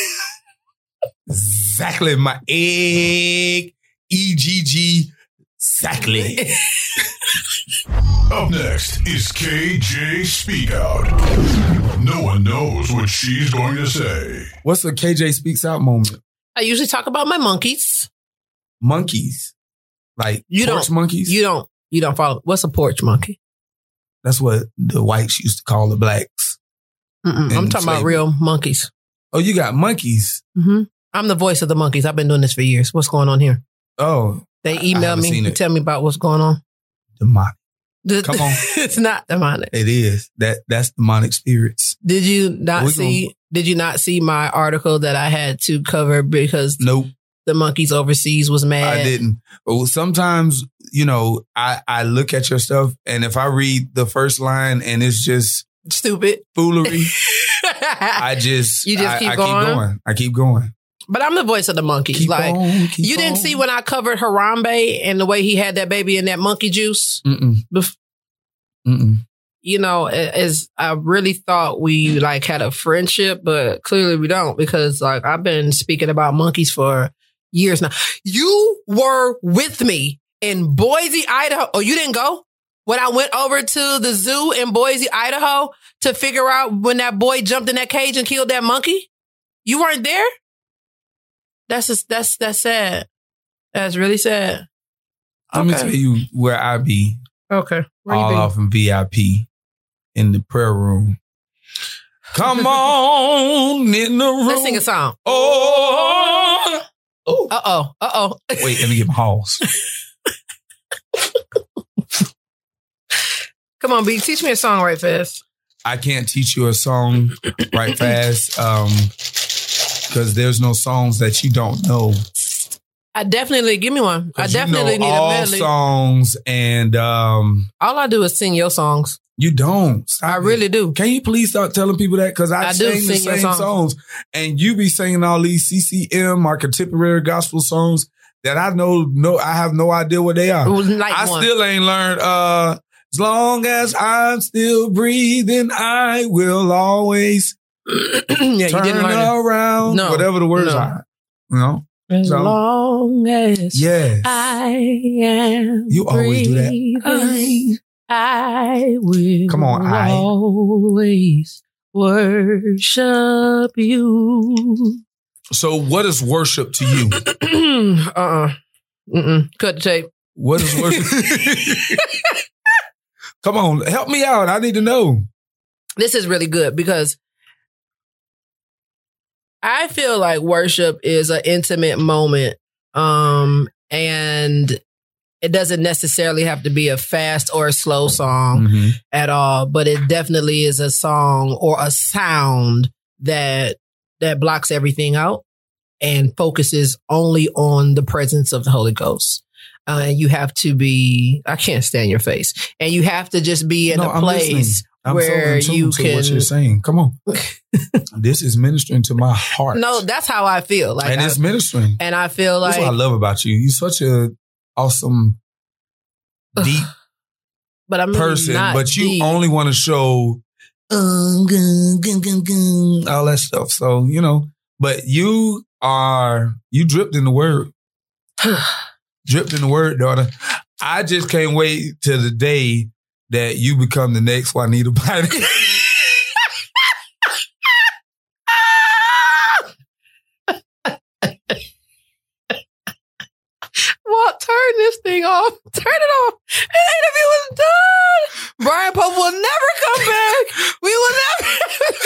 [SPEAKER 4] Exactly. My egg. E-G-G. Exactly.
[SPEAKER 2] Up next is KJ Speak Out. No one knows what she's going to say.
[SPEAKER 4] What's a KJ Speaks Out moment?
[SPEAKER 3] I usually talk about my monkeys.
[SPEAKER 4] Monkeys. Like
[SPEAKER 3] You
[SPEAKER 4] porch
[SPEAKER 3] don't-
[SPEAKER 4] monkeys.
[SPEAKER 3] You don't. You don't follow. What's a porch monkey?
[SPEAKER 4] That's what the whites used to call the blacks.
[SPEAKER 3] Mm-mm. I'm
[SPEAKER 4] And
[SPEAKER 3] talking about
[SPEAKER 4] slavery.
[SPEAKER 3] real monkeys.
[SPEAKER 4] Oh, you got monkeys.
[SPEAKER 3] hmm I'm the voice of the monkeys. I've been doing this for years. What's going on here?
[SPEAKER 4] Oh,
[SPEAKER 3] They email
[SPEAKER 4] haven't
[SPEAKER 3] me
[SPEAKER 4] seen
[SPEAKER 3] to
[SPEAKER 4] it.
[SPEAKER 3] tell me about what's going on.
[SPEAKER 4] demonic.
[SPEAKER 3] The-
[SPEAKER 4] Come on.
[SPEAKER 3] it's not demonic.
[SPEAKER 4] It is. That that's demonic spirits.
[SPEAKER 3] Did you not
[SPEAKER 4] We
[SPEAKER 3] see? Did you not see my article that I had to cover because
[SPEAKER 4] Nope.
[SPEAKER 3] the monkeys overseas was mad?
[SPEAKER 4] I didn't. Oh, Sometimes, you know, I, I look at your stuff and if I read the first line and it's just
[SPEAKER 3] Stupid.
[SPEAKER 4] foolery, I just
[SPEAKER 3] You just
[SPEAKER 4] I,
[SPEAKER 3] keep
[SPEAKER 4] I
[SPEAKER 3] going?
[SPEAKER 4] keep going. I keep going.
[SPEAKER 3] but I'm the voice of the monkeys.
[SPEAKER 4] Keep
[SPEAKER 3] like
[SPEAKER 4] on, keep
[SPEAKER 3] you didn't
[SPEAKER 4] on.
[SPEAKER 3] see when I covered Harambe and the way he had that baby in that monkey juice.
[SPEAKER 4] Mm-mm.
[SPEAKER 3] Bef-
[SPEAKER 4] Mm-mm.
[SPEAKER 3] You know, a- as I really thought we like had a friendship, but clearly we don't because like I've been speaking about monkeys for years now. You were with me in Boise, Idaho. Oh, you didn't go? When I went over to the zoo in Boise, Idaho to figure out when that boy jumped in that cage and killed that monkey? You weren't there? That's just, that's that's sad. That's really sad.
[SPEAKER 4] Let me tell you where I be
[SPEAKER 3] Okay. Where
[SPEAKER 4] all
[SPEAKER 3] you been?
[SPEAKER 4] off in VIP in the prayer room. Come on in the room.
[SPEAKER 3] Let's sing a song.
[SPEAKER 4] Oh, oh.
[SPEAKER 3] Uh oh. Uh oh.
[SPEAKER 4] Wait, let me get my halls.
[SPEAKER 3] Come on, B. Teach me a song right fast.
[SPEAKER 4] I can't teach you a song right fast um because there's no songs that you don't know.
[SPEAKER 3] I definitely give me one. I
[SPEAKER 4] 'Cause you
[SPEAKER 3] definitely
[SPEAKER 4] know
[SPEAKER 3] need
[SPEAKER 4] all
[SPEAKER 3] a medley.
[SPEAKER 4] songs and um
[SPEAKER 3] All I do is sing your songs.
[SPEAKER 4] you don't. Stop
[SPEAKER 3] I
[SPEAKER 4] it.
[SPEAKER 3] really do.
[SPEAKER 4] Can you please start telling people that? Because I,
[SPEAKER 3] I do
[SPEAKER 4] sing the
[SPEAKER 3] sing your
[SPEAKER 4] same
[SPEAKER 3] songs.
[SPEAKER 4] songs. and you be singing all these CCM, my contemporary gospel songs that I know no, I have no idea what they are.
[SPEAKER 3] Like
[SPEAKER 4] uh, I
[SPEAKER 3] one.
[SPEAKER 4] still ain't learned. Uh, as long as I'm still breathing, I will always
[SPEAKER 3] yeah, you
[SPEAKER 4] turn
[SPEAKER 3] didn't learn it.
[SPEAKER 4] around.
[SPEAKER 3] No.
[SPEAKER 4] whatever the words
[SPEAKER 3] No.
[SPEAKER 4] are. You know?
[SPEAKER 3] As
[SPEAKER 4] So-
[SPEAKER 3] long as
[SPEAKER 4] Yeah,
[SPEAKER 3] I am.
[SPEAKER 4] you always do that.
[SPEAKER 3] I will
[SPEAKER 4] Come on, I.
[SPEAKER 3] always worship you.
[SPEAKER 4] So, what is worship to you?
[SPEAKER 3] uh uh-uh. Mm-mm. Cut the tape.
[SPEAKER 4] What is worship? Come on, help me out. I need to know.
[SPEAKER 3] This is really good because I feel like worship is an intimate moment. Um, and it doesn't necessarily have to be a fast or a slow song
[SPEAKER 4] Mhm.
[SPEAKER 3] at all, but it definitely is a song or a sound that that blocks everything out and focuses only on the presence of the Holy Ghost. Uh, and you have to be I can't stand your face. And you have to just be in
[SPEAKER 4] No,
[SPEAKER 3] a
[SPEAKER 4] I'm listening.
[SPEAKER 3] place
[SPEAKER 4] I'm
[SPEAKER 3] where
[SPEAKER 4] so in tune
[SPEAKER 3] you
[SPEAKER 4] to what
[SPEAKER 3] can-
[SPEAKER 4] you're saying. Come on, this is ministering to my heart.
[SPEAKER 3] No, that's how I feel. Like
[SPEAKER 4] and
[SPEAKER 3] I-
[SPEAKER 4] it's ministering.
[SPEAKER 3] and I feel
[SPEAKER 4] That's what I
[SPEAKER 3] like
[SPEAKER 4] love about you. You're such a awesome, deep
[SPEAKER 3] but I'm really
[SPEAKER 4] person,
[SPEAKER 3] not
[SPEAKER 4] but you
[SPEAKER 3] deep.
[SPEAKER 4] only want to show uh, gun, gun, gun, gun, all that stuff. So you know, but you are you dripped in the word, dripped in the word, daughter. I just can't wait till the day that you become the next Juanita Biden.
[SPEAKER 3] Walt, turn this thing off. Turn it off. This interview is done. Brian Pope will never come back. We will never.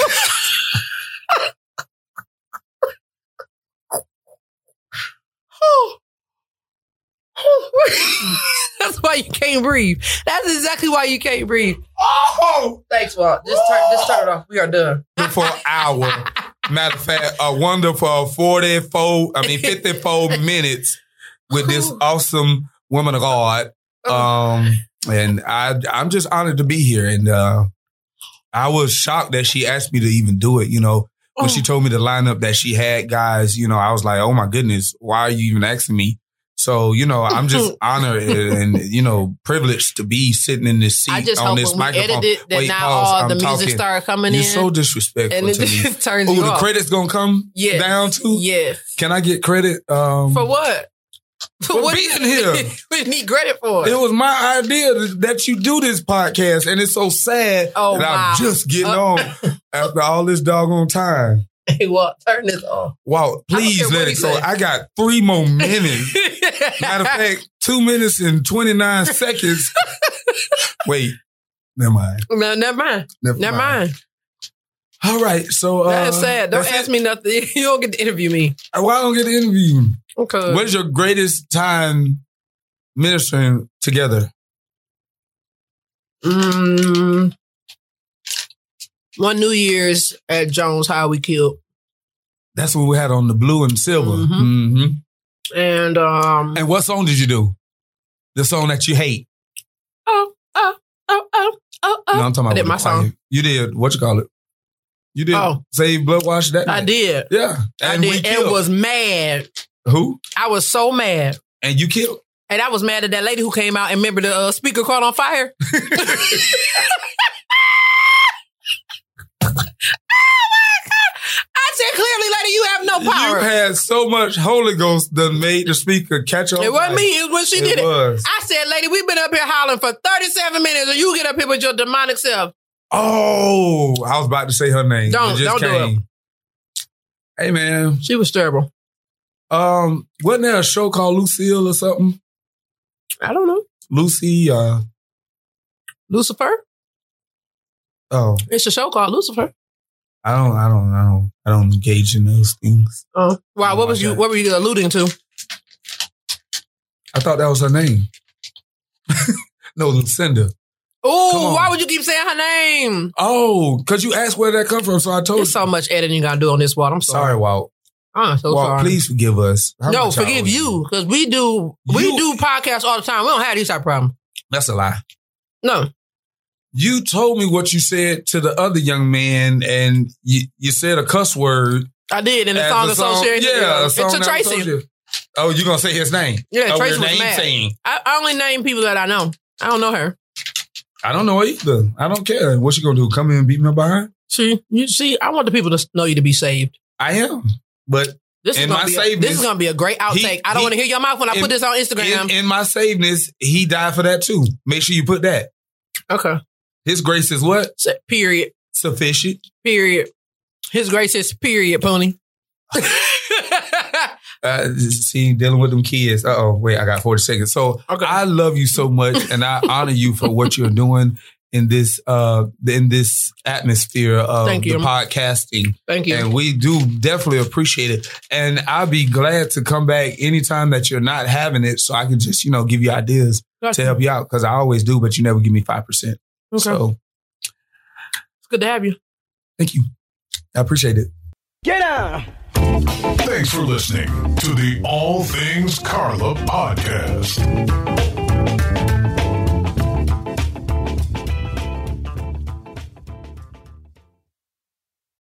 [SPEAKER 3] Oh. Oh. That's why you can't breathe. That's exactly why you can't breathe.
[SPEAKER 4] oh,
[SPEAKER 3] Thanks, Walt. Just turn, just turn it off. We are done.
[SPEAKER 4] for an hour. Matter of fact, a wonderful forty-four. I mean, fifty-four minutes with this awesome woman of God.
[SPEAKER 3] Oh.
[SPEAKER 4] um, and I I'm just honored to be here. And uh, I was shocked that she asked me to even do it. You know, when
[SPEAKER 3] Oh.
[SPEAKER 4] she told me the lineup that she had, guys, you know, I was like, oh my goodness, why are you even asking me? So you know, I'm just honored and and, you know privileged to be sitting in this seat
[SPEAKER 3] I just
[SPEAKER 4] on
[SPEAKER 3] hope
[SPEAKER 4] this
[SPEAKER 3] when we
[SPEAKER 4] microphone.
[SPEAKER 3] edit it, that
[SPEAKER 4] Wait,
[SPEAKER 3] not
[SPEAKER 4] pause,
[SPEAKER 3] all
[SPEAKER 4] I'm
[SPEAKER 3] the music
[SPEAKER 4] talking.
[SPEAKER 3] started coming
[SPEAKER 4] You're
[SPEAKER 3] in.
[SPEAKER 4] so disrespectful
[SPEAKER 3] and it
[SPEAKER 4] to me.
[SPEAKER 3] just turns you
[SPEAKER 4] Oh, the
[SPEAKER 3] off.
[SPEAKER 4] credits gonna come
[SPEAKER 3] Yes.
[SPEAKER 4] down too.
[SPEAKER 3] Yes.
[SPEAKER 4] Can I get credit? Um,
[SPEAKER 3] For what?
[SPEAKER 4] For
[SPEAKER 3] what
[SPEAKER 4] being
[SPEAKER 3] do you-
[SPEAKER 4] here.
[SPEAKER 3] we need credit for
[SPEAKER 4] It was my idea th- that you do this podcast, and it's so sad
[SPEAKER 3] Oh,
[SPEAKER 4] that
[SPEAKER 3] wow.
[SPEAKER 4] I'm just getting
[SPEAKER 3] Uh-
[SPEAKER 4] on after all this doggone time.
[SPEAKER 3] Hey, Walt, turn this off.
[SPEAKER 4] Wow,
[SPEAKER 3] I don't care
[SPEAKER 4] please
[SPEAKER 3] what
[SPEAKER 4] let
[SPEAKER 3] he
[SPEAKER 4] it go.
[SPEAKER 3] say.
[SPEAKER 4] I got three more minutes. Matter of fact, two minutes and 29 seconds. Wait, never mind.
[SPEAKER 3] no, never mind.
[SPEAKER 4] Never,
[SPEAKER 3] Never
[SPEAKER 4] mind.
[SPEAKER 3] mind.
[SPEAKER 4] All right, so. Uh,
[SPEAKER 3] That's sad. Don't
[SPEAKER 4] that's
[SPEAKER 3] ask
[SPEAKER 4] it.
[SPEAKER 3] me nothing. You don't get to interview me.
[SPEAKER 4] Why I don't get to interview? you?
[SPEAKER 3] Okay.
[SPEAKER 4] What is your greatest time ministering together?
[SPEAKER 3] Mm, one New Year's at Jones High we killed.
[SPEAKER 4] That's what we had on the blue and silver.
[SPEAKER 3] Mhm.
[SPEAKER 4] Mm-hmm.
[SPEAKER 3] And um
[SPEAKER 4] And what song did you do? The song that you hate.
[SPEAKER 3] oh, oh, oh, oh, oh, oh.
[SPEAKER 4] No, I'm talking about
[SPEAKER 3] I did
[SPEAKER 4] with
[SPEAKER 3] my
[SPEAKER 4] the choir.
[SPEAKER 3] song.
[SPEAKER 4] You did what you call it? You did
[SPEAKER 3] Oh.
[SPEAKER 4] save blood wash that
[SPEAKER 3] I
[SPEAKER 4] night.
[SPEAKER 3] did.
[SPEAKER 4] Yeah,
[SPEAKER 3] I
[SPEAKER 4] and we
[SPEAKER 3] did and
[SPEAKER 4] killed.
[SPEAKER 3] was mad.
[SPEAKER 4] who?
[SPEAKER 3] I was so mad.
[SPEAKER 4] And you killed.
[SPEAKER 3] And I was mad at that lady who came out and remember the uh, speaker caught on fire. I said clearly, lady, you have no power.
[SPEAKER 4] You had so much Holy Ghost that made the speaker catch on.
[SPEAKER 3] it wasn't
[SPEAKER 4] fire.
[SPEAKER 3] me. It was when she
[SPEAKER 4] it
[SPEAKER 3] did it.
[SPEAKER 4] was.
[SPEAKER 3] I said, lady, we've been up here hollering for 37 minutes and you get up here with your demonic self.
[SPEAKER 4] Oh, I was about to say her name.
[SPEAKER 3] Don't-
[SPEAKER 4] It
[SPEAKER 3] don't
[SPEAKER 4] just
[SPEAKER 3] do
[SPEAKER 4] came. Hey man,
[SPEAKER 3] She was terrible.
[SPEAKER 4] um, wasn't there a show called Lucille or something?
[SPEAKER 3] I don't know.
[SPEAKER 4] Lucy, uh,
[SPEAKER 3] Lucifer?
[SPEAKER 4] oh,
[SPEAKER 3] It's a show called Lucifer.
[SPEAKER 4] I don't, I don't, I don't, I don't engage in those things.
[SPEAKER 3] Oh. Wow, what
[SPEAKER 4] Oh,
[SPEAKER 3] was you
[SPEAKER 4] okay.
[SPEAKER 3] what were you alluding to?
[SPEAKER 4] I thought that was her name. no, Lucinda. Come
[SPEAKER 3] Oh,
[SPEAKER 4] on.
[SPEAKER 3] why would you keep saying her name?
[SPEAKER 4] Oh, because you asked where that come from, so I told you.
[SPEAKER 3] There's so much editing you gotta do on this wall. I'm sorry.
[SPEAKER 4] sorry, Walt.
[SPEAKER 3] I'm so
[SPEAKER 4] Walt,
[SPEAKER 3] sorry.
[SPEAKER 4] please forgive us. How
[SPEAKER 3] no,
[SPEAKER 4] much I
[SPEAKER 3] forgive
[SPEAKER 4] owe
[SPEAKER 3] you because we do we
[SPEAKER 4] You-
[SPEAKER 3] do podcasts all the time. We don't have these type of problems.
[SPEAKER 4] That's a lie.
[SPEAKER 3] No,
[SPEAKER 4] You told me what you said to the other young man, and you, you said a cuss word.
[SPEAKER 3] I did in the
[SPEAKER 4] as
[SPEAKER 3] song
[SPEAKER 4] a
[SPEAKER 3] associated.
[SPEAKER 4] yeah, a
[SPEAKER 3] it's
[SPEAKER 4] song
[SPEAKER 3] to
[SPEAKER 4] that
[SPEAKER 3] Tracy.
[SPEAKER 4] associated- Oh, you gonna say his name?
[SPEAKER 3] Yeah,
[SPEAKER 4] oh,
[SPEAKER 3] Tracy
[SPEAKER 4] your
[SPEAKER 3] was
[SPEAKER 4] name
[SPEAKER 3] mad.
[SPEAKER 4] saying.
[SPEAKER 3] I, I only name people that I know. I don't know her.
[SPEAKER 4] I don't know either. I don't care. What you gonna do? Come in and beat me behind?
[SPEAKER 3] See, you see, I want the people to know you to be saved.
[SPEAKER 4] I am, but
[SPEAKER 3] This is
[SPEAKER 4] And
[SPEAKER 3] gonna
[SPEAKER 4] my
[SPEAKER 3] be a,
[SPEAKER 4] saving
[SPEAKER 3] this
[SPEAKER 4] is-
[SPEAKER 3] is gonna be a great outtake. I don't
[SPEAKER 4] he-
[SPEAKER 3] want to hear your mouth when I
[SPEAKER 4] in-
[SPEAKER 3] put this on Instagram.
[SPEAKER 4] in, in my saveness, he died for that too. Make sure you put that.
[SPEAKER 3] okay,
[SPEAKER 4] His grace is what
[SPEAKER 3] So, period.
[SPEAKER 4] sufficient.
[SPEAKER 3] Period. His grace is period, Pony.
[SPEAKER 4] uh, see dealing with them kids. Uh oh, wait, I got forty seconds. So
[SPEAKER 3] Okay.
[SPEAKER 4] I love you so much, and I honor you for what you're doing. in this uh in this atmosphere of
[SPEAKER 3] Thank
[SPEAKER 4] the
[SPEAKER 3] you.
[SPEAKER 4] podcasting.
[SPEAKER 3] Thank you.
[SPEAKER 4] And we do definitely appreciate it. And I'll be glad to come back anytime that you're not having it so I can just, you know, give you ideas to help you out. Cause I always do, but you never give me five percent.
[SPEAKER 3] Okay.
[SPEAKER 4] So
[SPEAKER 3] it's good to have you.
[SPEAKER 4] thank you. I appreciate it.
[SPEAKER 1] Get down!
[SPEAKER 2] Thanks for listening to the All Things Carla podcast.